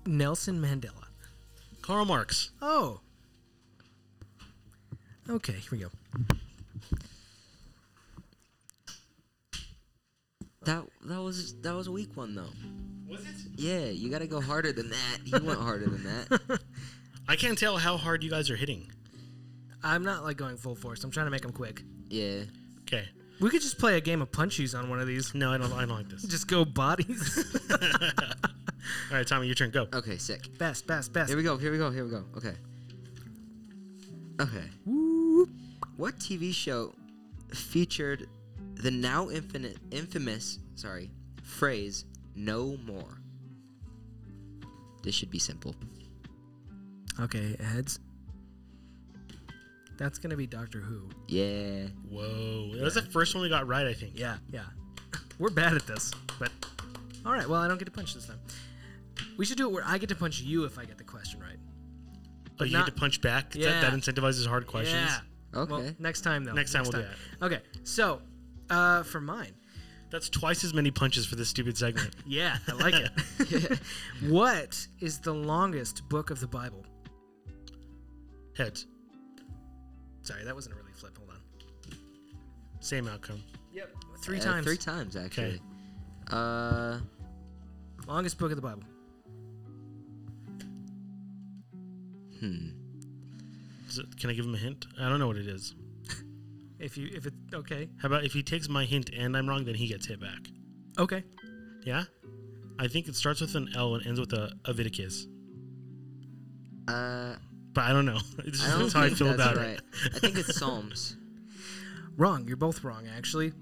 Speaker 2: Nelson Mandela.
Speaker 1: Karl Marx.
Speaker 2: Oh. Okay, here we go.
Speaker 3: That that was that was a weak one though.
Speaker 1: Was it?
Speaker 3: Yeah, you gotta go harder than that. You went harder than that.
Speaker 1: I can't tell how hard you guys are hitting.
Speaker 2: I'm not like going full force. I'm trying to make them quick.
Speaker 3: Yeah.
Speaker 1: Okay.
Speaker 2: We could just play a game of punchies on one of these.
Speaker 1: No, I don't. I don't like this.
Speaker 2: Just go bodies.
Speaker 1: All right, Tommy, your turn.
Speaker 2: Uh,
Speaker 1: Go.
Speaker 3: Okay. Sick.
Speaker 2: best, best, best.
Speaker 3: Here we go. Here we go. Here we go. Okay. Okay.
Speaker 2: Whoop.
Speaker 3: What TV show featured the now infinite infamous sorry phrase "no more"? This should be simple.
Speaker 2: Okay, heads. That's gonna be Doctor Who.
Speaker 3: Yeah.
Speaker 1: Whoa, that was the first one we got right, I think.
Speaker 2: Yeah, yeah. We're bad at this, but all right. Well, I don't get to punch this time. We should do it where I get to punch you if I get the question right.
Speaker 1: But you
Speaker 2: not-
Speaker 1: get to punch back.
Speaker 2: Yeah.
Speaker 1: That, that incentivizes hard questions.
Speaker 2: Yeah.
Speaker 3: Okay.
Speaker 2: Well, next time though.
Speaker 1: Next time we'll do
Speaker 2: Okay. So, uh, for mine,
Speaker 1: That's twice as many punches for this stupid segment.
Speaker 2: yeah, I like it. what is the longest book of the Bible?
Speaker 1: Heads,
Speaker 2: Sorry, that wasn't a really flip. Hold on.
Speaker 1: same outcome.
Speaker 2: Yep. Three
Speaker 3: Uh,
Speaker 2: times.
Speaker 3: Three times actually. Uh,
Speaker 2: longest book of the Bible.
Speaker 3: hmm.
Speaker 1: Is it- can I give him a hint? I don't know what it is.
Speaker 2: If you, if it, okay.
Speaker 1: How about if he takes my hint and I'm wrong, then he gets hit back.
Speaker 2: Okay.
Speaker 1: Yeah? I think it starts with an L and ends with a Aviticus.
Speaker 3: Uh,
Speaker 1: But I don't know. It's
Speaker 3: I
Speaker 1: just
Speaker 3: don't
Speaker 1: that's how I
Speaker 3: think
Speaker 1: feel
Speaker 3: that's
Speaker 1: about
Speaker 3: right.
Speaker 1: it. Oh.
Speaker 3: I think it's Psalms.
Speaker 2: Wrong. You're both wrong, actually.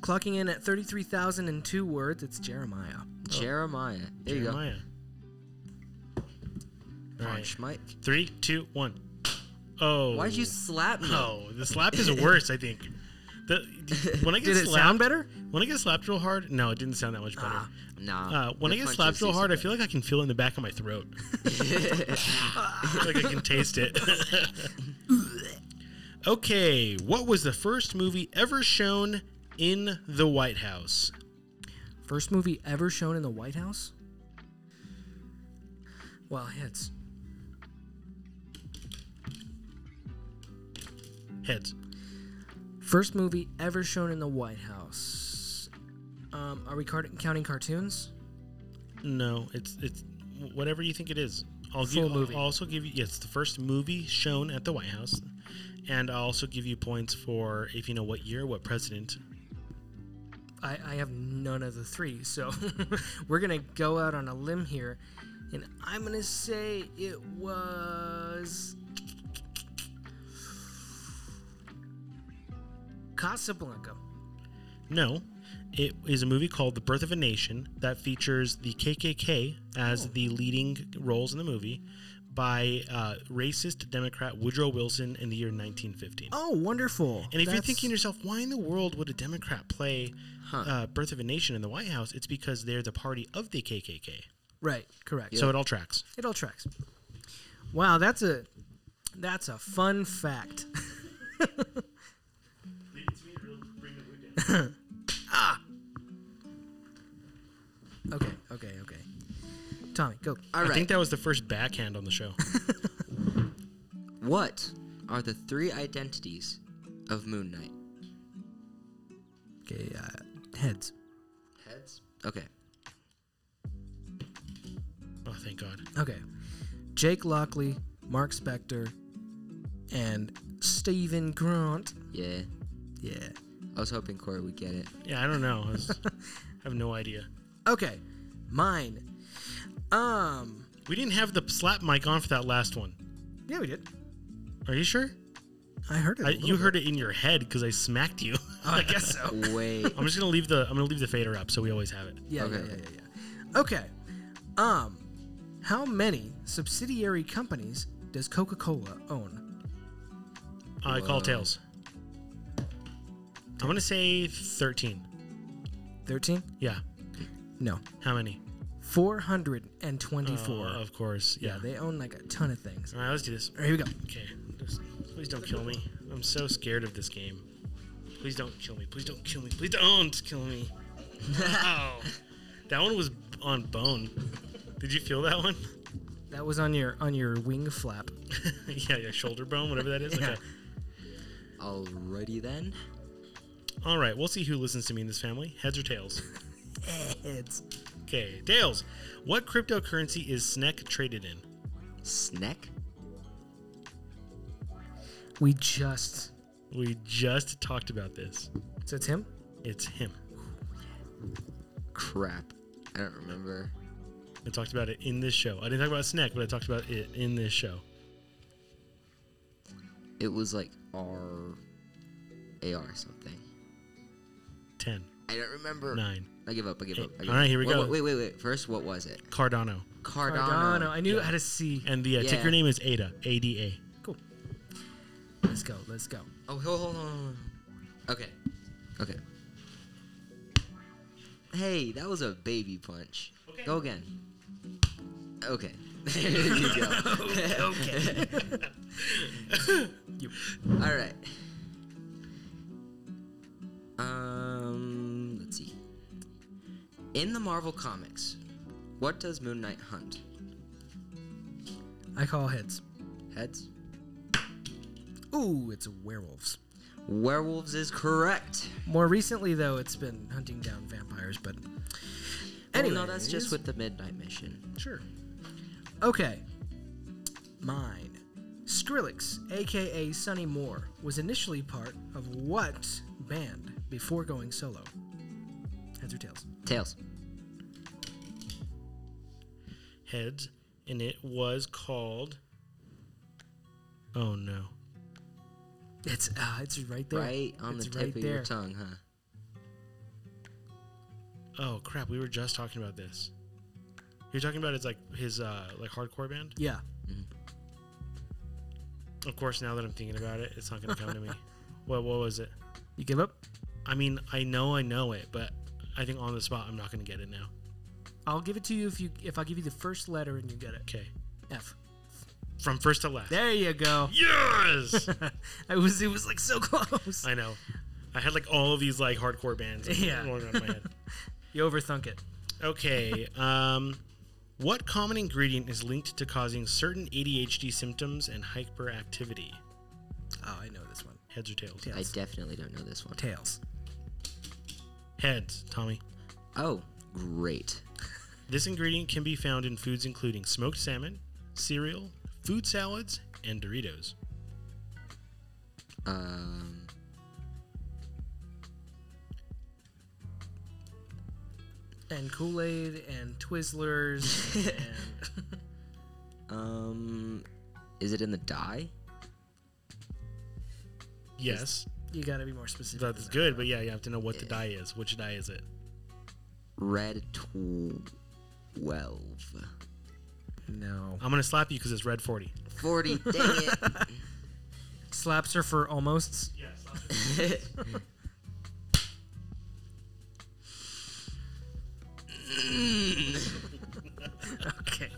Speaker 2: Clocking in at 33,002 words, it's Jeremiah.
Speaker 3: Jeremiah. There
Speaker 1: Jeremiah.
Speaker 3: you go.
Speaker 1: All
Speaker 3: Punch,
Speaker 1: right.
Speaker 3: Mike.
Speaker 1: Three, two, one. Oh.
Speaker 3: Why'd you slap me?
Speaker 1: No, the slap is worse, I think. The, when I get
Speaker 2: Did it
Speaker 1: slapped,
Speaker 2: sound better?
Speaker 1: when I get slapped real hard, no, it didn't sound that much better.
Speaker 2: Ah.
Speaker 3: Nah.
Speaker 1: Uh, when I
Speaker 3: your
Speaker 1: get
Speaker 3: punches
Speaker 1: slapped real
Speaker 3: do
Speaker 1: hard, I
Speaker 3: something.
Speaker 1: feel like I can feel it in the back of my throat. like I can taste it. okay, what was the first movie ever shown in the White House?
Speaker 2: First movie ever shown in the White House? Well, hits.
Speaker 1: Heads.
Speaker 2: First movie ever shown in the White House. Um, are we car- counting cartoons?
Speaker 1: No, it's it's whatever you think it is. I'll
Speaker 2: Full
Speaker 1: give,
Speaker 2: movie.
Speaker 1: I'll also give you yes, the first movie shown at the White House, and I'll also give you points for if you know what year, what president.
Speaker 2: I, I have none of the three, so we're gonna go out on a limb here, and I'm gonna say it was Casablanca.
Speaker 1: No, it is a movie called The Birth of a Nation that features the KKK as the leading roles in the movie by uh, racist Democrat Woodrow Wilson in the year 1915.
Speaker 2: Oh, wonderful!
Speaker 1: And if you're
Speaker 2: That's-
Speaker 1: thinking to yourself, why in the world would a Democrat play
Speaker 3: Huh.
Speaker 1: uh, Birth of a Nation in the White House? It's because they're the party of the KKK.
Speaker 2: right, correct.
Speaker 1: So it all tracks.
Speaker 2: It all tracks. Wow, that's a that's a fun fact. Okay, okay, okay. Tommy, go.
Speaker 3: All
Speaker 1: I think
Speaker 3: right.
Speaker 1: that was the first backhand on the show.
Speaker 3: What are the three identities of Moon Knight?
Speaker 2: Okay, uh, heads.
Speaker 3: Heads. Okay.
Speaker 1: oh, thank God.
Speaker 2: Okay. Jake Lockley, Mark Spector, and Stephen Grant.
Speaker 3: Yeah.
Speaker 2: Yeah.
Speaker 3: I was hoping Corey would get it.
Speaker 1: Yeah, I don't know. I was- have no idea.
Speaker 2: Okay. Mine. Um.
Speaker 1: We didn't have the slap mic on for that last one.
Speaker 2: Yeah, we did.
Speaker 1: Are you sure?
Speaker 2: I heard it.
Speaker 1: I,
Speaker 2: a
Speaker 1: you
Speaker 2: little
Speaker 1: heard it in your head because I smacked you.
Speaker 2: bit. I guess so.
Speaker 3: Wait.
Speaker 1: I'm just gonna leave the I'm gonna leave the fader up so we always have it.
Speaker 2: Yeah,
Speaker 3: Okay.
Speaker 2: yeah, yeah, yeah, yeah. Okay. Um, how many subsidiary companies does Coca-Cola own?
Speaker 1: I call
Speaker 3: Whoa.
Speaker 1: tails. I'm gonna say 13.
Speaker 2: Thirteen?
Speaker 1: Yeah.
Speaker 2: No,
Speaker 1: How many?
Speaker 2: four hundred and
Speaker 1: Uh,
Speaker 2: twenty-four.
Speaker 1: of course. Yeah.
Speaker 2: yeah, they own like a ton of things.
Speaker 1: All right, let's do this.
Speaker 2: All right, here we go.
Speaker 1: Okay. Just- please don't kill me. I'm so scared of this game. Please don't kill me. Please don't kill me. Please don't kill me. oh, that one was on bone. Did you feel that one?
Speaker 2: That was on your on your wing flap.
Speaker 1: yeah, yeah, shoulder bone, whatever that is.
Speaker 2: Yeah.
Speaker 1: Okay.
Speaker 3: Alrighty then.
Speaker 1: All right, we'll see who listens to me in this family. Heads or tails?
Speaker 2: It's
Speaker 1: Okay, tails. What cryptocurrency is Snek traded in?
Speaker 3: Snack.
Speaker 2: we just.
Speaker 1: We just talked about this.
Speaker 2: So it's him.
Speaker 1: It's him.
Speaker 3: Crap. I don't remember.
Speaker 1: I talked about it in this show. I didn't talk about Snek, but I talked about it in this show.
Speaker 3: It was like R. A R something.
Speaker 1: Ten,
Speaker 3: I don't remember.
Speaker 1: nine,
Speaker 3: I give up. I give up. I give
Speaker 1: Alright,
Speaker 3: up.
Speaker 1: here we
Speaker 3: Wait,
Speaker 1: go.
Speaker 3: Wait, wait, wait, wait. First, what was it?
Speaker 1: Cardano.
Speaker 3: Cardano.
Speaker 2: Cardano. I knew
Speaker 1: Yeah.
Speaker 2: it had a C.
Speaker 1: And the uh,
Speaker 3: Yeah.
Speaker 1: ticker name is ADA. ADA.
Speaker 2: Cool. Let's go. Let's go.
Speaker 3: Oh, hold on, hold on, hold on. Okay. Okay. Hey, that was a baby punch. Go again. Okay. there you go. okay.
Speaker 2: You-
Speaker 3: All right. Um, let's see. In the Marvel comics, what does Moon Knight hunt?
Speaker 2: I call heads.
Speaker 3: Heads.
Speaker 2: Ooh, it's werewolves.
Speaker 3: Werewolves is correct.
Speaker 2: More recently, though, it's been hunting down vampires. But
Speaker 3: Anyway,
Speaker 2: anyway,
Speaker 3: no, that's just with the Midnight Mission.
Speaker 2: Sure. Okay. Mine. Skrillex, aka Sonny Moore, was initially part of what band before going solo? Heads or tails?
Speaker 3: Tails.
Speaker 1: heads, and it was called. Oh no!
Speaker 2: It's uh, it's right there.
Speaker 3: Right on
Speaker 2: It's
Speaker 3: the tip
Speaker 2: right
Speaker 3: of
Speaker 2: there.
Speaker 3: your tongue, huh?
Speaker 1: Oh crap! We were just talking about this. You're talking about his like his uh like hardcore band.
Speaker 2: Yeah.
Speaker 1: Of course, now that I'm thinking about it, it's not gonna come to me. What what was it?
Speaker 2: You give up?
Speaker 1: I mean, I know I know it, but I think on the spot I'm not gonna get it now.
Speaker 2: I'll give it to you if you if I give you the first letter and you get it.
Speaker 1: Okay,
Speaker 2: F.
Speaker 1: from first to last.
Speaker 2: There you go.
Speaker 1: Yes,
Speaker 2: I was it was like so close.
Speaker 1: I know. I had like all of these like hardcore bands like,
Speaker 2: Yeah.
Speaker 1: rolling around in my head.
Speaker 2: you overthunk it.
Speaker 1: Okay. Um, what common ingredient is linked to causing certain ADHD symptoms and hyperactivity?
Speaker 2: Oh, I know this one.
Speaker 1: Heads or tails?
Speaker 2: Tails.
Speaker 3: I definitely don't know this one.
Speaker 2: Tails.
Speaker 1: Heads, Tommy.
Speaker 3: Oh, great.
Speaker 1: This ingredient can be found in foods including smoked salmon, cereal, food salads, and Doritos.
Speaker 3: Um,
Speaker 2: And Kool Aid and Twizzlers and
Speaker 3: um, is it in the dye?
Speaker 1: Yes,
Speaker 2: you gotta be more specific. than
Speaker 1: that's
Speaker 2: that.
Speaker 1: good, but yeah, you have to know what the dye is. Which dye is it?
Speaker 3: Red tw- twelve.
Speaker 2: No.
Speaker 1: I'm going to slap you because it's red 40.
Speaker 3: Forty. Dang it.
Speaker 2: Slaps her for almost.
Speaker 1: Yes.
Speaker 2: Okay.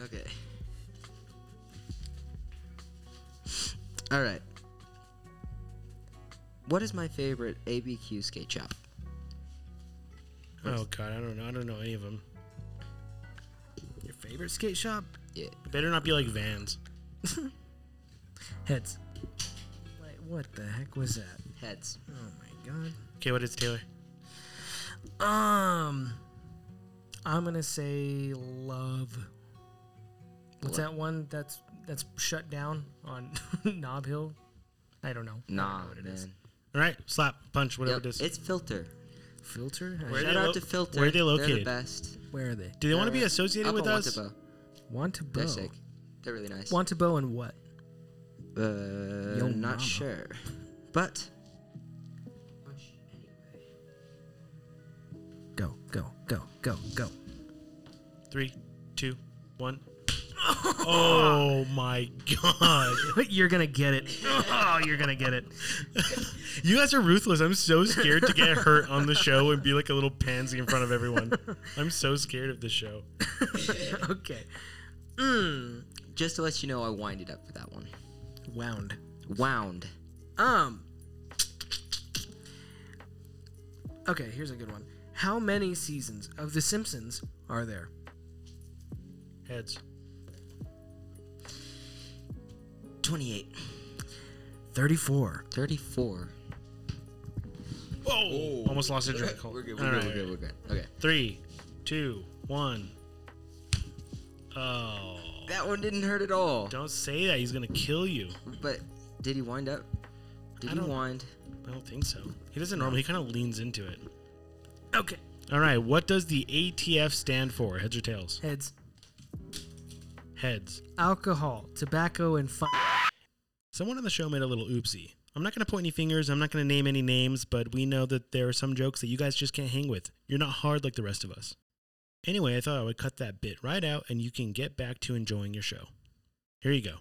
Speaker 3: Okay. All right. What is my favorite ABQ skate shop?
Speaker 1: Oh, God. I don't know. I don't know any of them.
Speaker 2: Your favorite skate shop?
Speaker 3: Yeah.
Speaker 1: Better not be like Vans.
Speaker 2: Heads. Like, what the heck was that?
Speaker 3: Heads.
Speaker 2: Oh my god.
Speaker 1: Okay, what is Taylor?
Speaker 2: Um, I'm gonna say love. What's
Speaker 3: Lo-
Speaker 2: that one that's that's shut down on Knob Hill? I don't know.
Speaker 3: Nah,
Speaker 2: I don't know
Speaker 3: man.
Speaker 2: what it is.
Speaker 1: All right, slap, punch, whatever
Speaker 3: Yep,
Speaker 1: it is.
Speaker 3: it's Filter.
Speaker 2: Filter.
Speaker 1: Where are
Speaker 2: Where,
Speaker 1: they
Speaker 3: Shout out
Speaker 1: lo-
Speaker 3: to Filter.
Speaker 1: where are they
Speaker 3: They're
Speaker 1: located?
Speaker 3: the best.
Speaker 2: where are they?
Speaker 1: Do they want to be
Speaker 2: uh,
Speaker 3: They're
Speaker 1: associated
Speaker 3: up
Speaker 1: with
Speaker 3: on
Speaker 1: us?
Speaker 3: Wantabo.
Speaker 2: Want to bow?
Speaker 3: uh, They're sick. They're really nice.
Speaker 2: Want to bow and what?
Speaker 3: uh,
Speaker 2: Yo
Speaker 3: not
Speaker 2: mama.
Speaker 3: sure, but
Speaker 2: Go, go, go, go, go.
Speaker 1: Three, two, one. oh my god!
Speaker 2: you're gonna get it. Oh, you're gonna get it.
Speaker 1: You guys are ruthless. I'm so scared to get hurt on the show and be like a little pansy in front of everyone. I'm so scared of this show.
Speaker 2: Okay. Mm.
Speaker 3: just to let you know, I winded up for that one.
Speaker 2: Wound.
Speaker 3: Wound.
Speaker 2: Um. Okay, here's a good one. How many seasons of The Simpsons are there?
Speaker 1: Heads.
Speaker 3: Twenty-eight.
Speaker 2: 34.
Speaker 3: Thirty-four. Oh
Speaker 1: Whoa! Almost lost a drink.
Speaker 3: We're good. We're
Speaker 1: All
Speaker 3: good. We're
Speaker 1: right.
Speaker 3: good. We're good. Okay.
Speaker 1: Three, two, one. Oh!
Speaker 3: That one didn't hurt at all.
Speaker 1: Don't say that. He's gonna kill you.
Speaker 3: But did he wind up? Did
Speaker 1: I
Speaker 3: he
Speaker 1: don't-
Speaker 3: wind?
Speaker 1: I don't think so. He doesn't normally. He kind of leans into it.
Speaker 2: Okay.
Speaker 1: All right. What does the ATF stand for? Heads or tails?
Speaker 2: Heads.
Speaker 1: Heads.
Speaker 2: Alcohol, tobacco, and fi-
Speaker 1: Someone on the show made a little oopsie. I'm not going to point any fingers. I'm not going to name any names, but we know that there are some jokes that you guys just can't hang with. You're not hard like the rest of us. Anyway, I thought I would cut that bit right out and you can get back to enjoying your show. Here you go.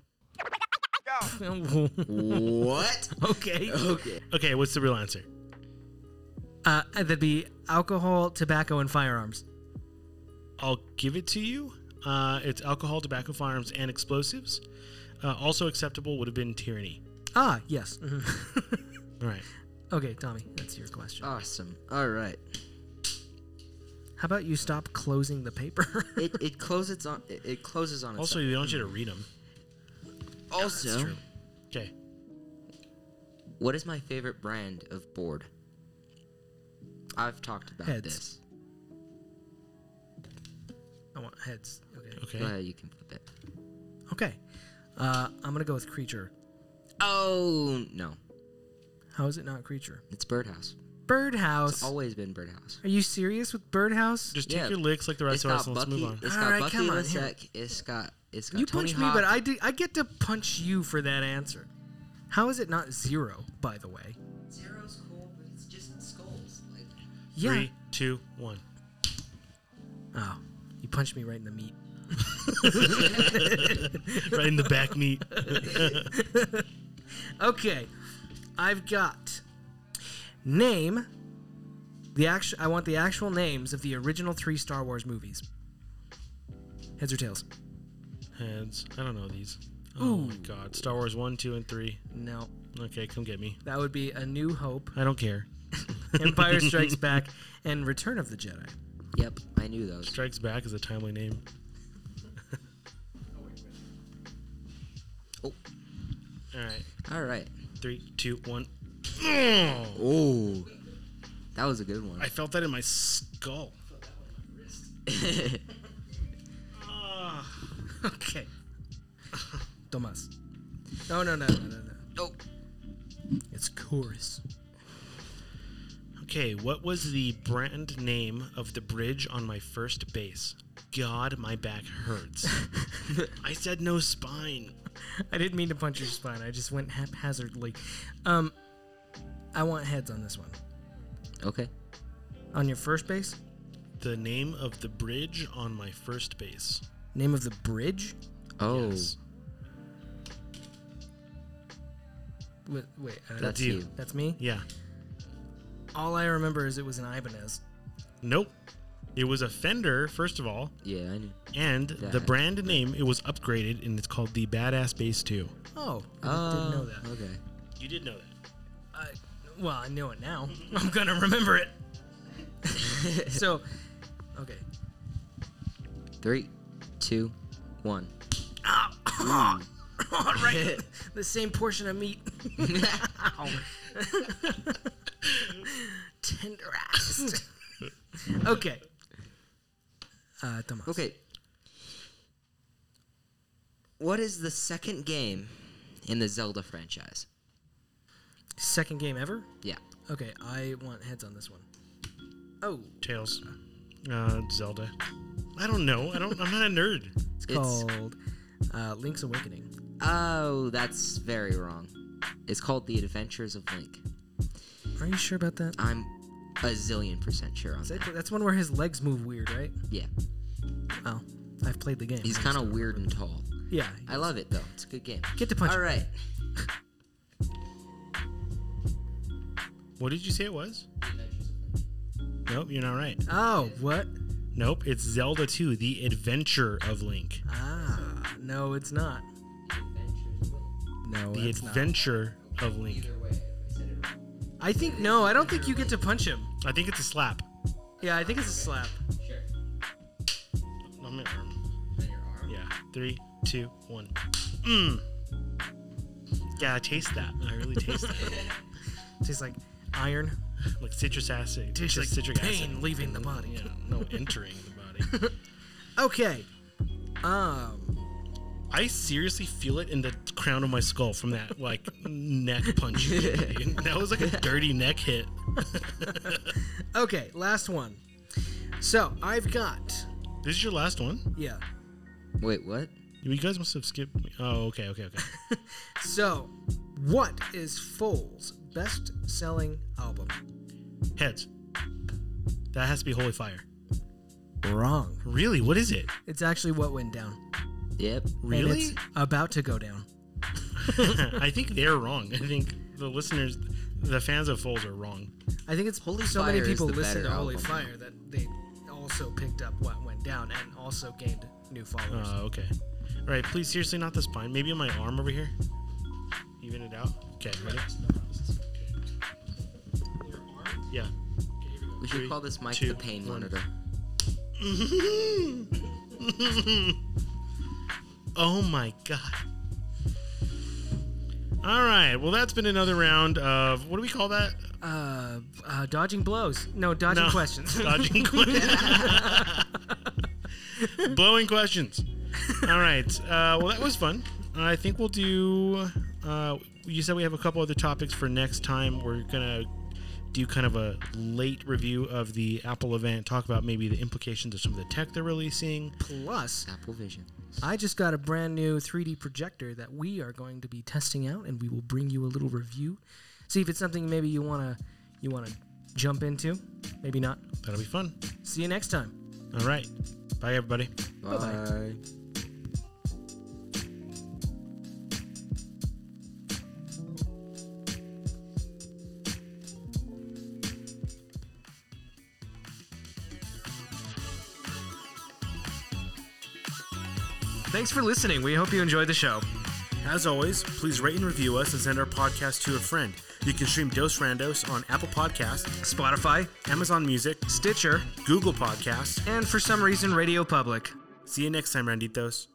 Speaker 3: what?
Speaker 2: okay.
Speaker 3: Okay.
Speaker 1: Okay, what's the real answer?
Speaker 2: Uh, that'd be alcohol, tobacco, and firearms.
Speaker 1: I'll give it to you. Uh, it's alcohol, tobacco, firearms, and explosives. Uh, also acceptable would have been tyranny.
Speaker 2: Ah, yes. Mhm.
Speaker 1: All right.
Speaker 2: okay, Tommy, that's your question.
Speaker 3: Awesome. All right.
Speaker 2: How about you stop closing the paper?
Speaker 3: It, it closes on it, it closes on
Speaker 1: Also,
Speaker 3: itself.
Speaker 1: we don't want you to read them.
Speaker 3: Also,
Speaker 1: Okay.
Speaker 3: what is my favorite brand of board? I've talked about
Speaker 2: Heads.
Speaker 3: this.
Speaker 2: I want heads. Okay.
Speaker 1: Okay.
Speaker 3: Go ahead, you can flip it.
Speaker 2: Okay. Uh, I'm going to go with creature.
Speaker 3: Oh no.
Speaker 2: How is it not creature?
Speaker 3: It's birdhouse.
Speaker 2: Birdhouse.
Speaker 3: It's always been birdhouse.
Speaker 2: Are you serious with birdhouse?
Speaker 1: Just take
Speaker 3: Yeah.
Speaker 1: your licks like the rest
Speaker 3: it's
Speaker 1: of
Speaker 3: got
Speaker 1: us. and Let's
Speaker 3: Bucky.
Speaker 1: move on.
Speaker 3: It's
Speaker 2: All
Speaker 3: got
Speaker 2: right,
Speaker 3: Bucky
Speaker 2: come on, here.
Speaker 3: Lissek. It's got it's got
Speaker 2: You
Speaker 3: Tony
Speaker 2: punched me, but
Speaker 3: Hawk.
Speaker 2: I did, I get to punch you for that answer. How is it not zero? By the way.
Speaker 3: Zero's cool, but it's just skulls. Like
Speaker 2: Yeah.
Speaker 1: Three, two, one.
Speaker 2: Oh, you punched me right in the meat.
Speaker 1: right in the back meat.
Speaker 2: Okay, I've got name the actual. I want the actual names of the original three Star Wars movies. Heads or tails?
Speaker 1: Heads. I don't know these. Oh my
Speaker 2: Ooh.
Speaker 1: god. Star Wars 1, 2, and 3.
Speaker 2: No,
Speaker 1: Okay, come get me.
Speaker 2: that would be A New Hope,
Speaker 1: I don't care.
Speaker 2: Empire Strikes Back, and Return of the Jedi.
Speaker 3: Yep, I knew those.
Speaker 1: Strikes Back is a timely name.
Speaker 3: Oh.
Speaker 1: All right.
Speaker 3: All right.
Speaker 1: Three, two, one.
Speaker 3: Oh, that was a good one.
Speaker 1: I felt that in my skull. Ah.
Speaker 2: Okay, Tomas. No, no, no, no, no, no.
Speaker 3: oh,
Speaker 2: It's chorus.
Speaker 1: Okay, what was the brand name of the bridge on my first base? God, my back hurts. I said no spine.
Speaker 2: I didn't mean to punch your spine. I just went haphazardly. Um, I want heads on this one.
Speaker 3: okay.
Speaker 2: On your first base,
Speaker 1: The name of the bridge on my first base.
Speaker 2: name of the bridge.
Speaker 3: Oh,
Speaker 1: Yes.
Speaker 2: Wait, wait uh,
Speaker 3: that's
Speaker 1: you.
Speaker 3: you.
Speaker 2: that's me.
Speaker 1: Yeah.
Speaker 2: All I remember is it was an Ibanez.
Speaker 1: Nope. It was a Fender, first of all,
Speaker 3: Yeah, I knew.
Speaker 1: and the
Speaker 3: That-
Speaker 1: brand name, it was upgraded, and it's called the Badass Base 2.
Speaker 2: Oh, I
Speaker 3: Oh,
Speaker 2: didn't know that.
Speaker 3: okay.
Speaker 1: You did know that.
Speaker 2: I, well, I know it now. I'm gonna remember it. so, okay.
Speaker 3: Three, two, one.
Speaker 2: right, the same portion of meat. Ow. Tenderized. okay. Uh, Tomas.
Speaker 3: Okay. What is the second game in the Zelda franchise?
Speaker 2: Second game ever.
Speaker 3: Yeah.
Speaker 2: Okay, I want heads on this one. Oh,
Speaker 1: Tails. Uh, Zelda. I don't know. I don't. I'm not a nerd.
Speaker 2: it's
Speaker 3: It's-
Speaker 2: called uh, Link's Awakening.
Speaker 3: Oh, that's very wrong. It's called The Adventures of Link.
Speaker 2: Are you sure about that?
Speaker 3: I'm a zillion percent sure on
Speaker 2: Is
Speaker 3: that.
Speaker 2: that- That's one where his legs move weird, right?
Speaker 3: Yeah.
Speaker 2: Oh, I've played the game.
Speaker 3: He's
Speaker 2: I
Speaker 3: kind
Speaker 2: just
Speaker 3: of
Speaker 2: don't
Speaker 3: weird
Speaker 2: remember.
Speaker 3: and tall.
Speaker 2: Yeah.
Speaker 3: I love it though. It's a good game.
Speaker 2: Get to punch.
Speaker 3: All right.
Speaker 1: What did you say it was? Nope, you're not right.
Speaker 2: Oh, what?
Speaker 1: Nope, it's Zelda 2, The Adventure of Link.
Speaker 2: Ah, no, it's not. No,
Speaker 1: the
Speaker 2: it's not.
Speaker 1: Adventure of Link.
Speaker 2: I think no. I don't think you get to punch him.
Speaker 1: I think it's a slap
Speaker 2: Yeah, I think it's a slap.
Speaker 1: on my arm. Yeah. Three, two, one. Mmm. Yeah, I taste that. I really taste that.
Speaker 2: Tastes like iron.
Speaker 1: like citrus acid. Tastes
Speaker 2: Tastes
Speaker 1: like citric
Speaker 2: pain
Speaker 1: acid.
Speaker 2: leaving the body.
Speaker 1: Yeah, no entering the body.
Speaker 2: Okay. Um.
Speaker 1: I seriously feel it in the crown of my skull from that like neck punch. you gave me. that was like a dirty neck hit.
Speaker 2: Okay. Last one. So I've got
Speaker 1: This is your last one.
Speaker 2: yeah.
Speaker 3: Wait, what?
Speaker 1: You guys must have skipped. Me. Oh, okay, okay, okay.
Speaker 2: So what is Foal's best-selling album?
Speaker 1: Heads. That has to be holy fire.
Speaker 2: Wrong.
Speaker 1: Really? What is it?
Speaker 2: It's actually what went down.
Speaker 3: Yep.
Speaker 2: And
Speaker 1: Really?
Speaker 2: it's about to go down.
Speaker 1: I think they're wrong. I think the listeners, the fans of Foles, are wrong.
Speaker 2: I think it's
Speaker 3: Holy
Speaker 2: so many
Speaker 3: Fire is
Speaker 2: people
Speaker 3: the
Speaker 2: listen to
Speaker 3: better
Speaker 2: Holy
Speaker 3: album.
Speaker 2: Fire that they also picked up what went down and also gained new
Speaker 3: Uh.
Speaker 2: followers.
Speaker 1: Oh, okay. All right, please, seriously, not the spine. Maybe on my arm over here. Even it out. Okay, ready? Yeah.
Speaker 3: We
Speaker 1: Three,
Speaker 3: should call this Mike
Speaker 1: two,
Speaker 3: the Pain
Speaker 1: one.
Speaker 3: Monitor.
Speaker 1: Oh my god. All right. Well, that's been another round of what do we call that?
Speaker 2: Uh, uh, dodging blows. No, dodging
Speaker 1: No.
Speaker 2: questions.
Speaker 1: Dodging questions. Blowing questions. All right. Uh, well, that was fun. I think we'll do. Uh, you said we have a couple other topics for next time. We're gonna do kind of a late review of the Apple event. Talk about maybe the implications of some of the tech they're releasing.
Speaker 2: Plus,
Speaker 3: Apple Vision.
Speaker 2: I just got a brand new 3D projector that we are going to be testing out, and we will bring you a little review. See if it's something maybe you wanna you wanna jump into. Maybe not.
Speaker 1: That'll be fun.
Speaker 2: See you next time.
Speaker 1: All right. Bye, everybody.
Speaker 2: Bye-bye.
Speaker 3: Bye.
Speaker 2: Thanks for listening. We hope you enjoyed the show.
Speaker 1: As always, please rate and review us and send our podcast to a friend. You can stream Dos Randos on Apple Podcasts,
Speaker 2: Spotify,
Speaker 1: Amazon Music,
Speaker 2: Stitcher,
Speaker 1: Google Podcasts.
Speaker 2: and for some reason, Radio Public.
Speaker 1: See you next time, Randitos.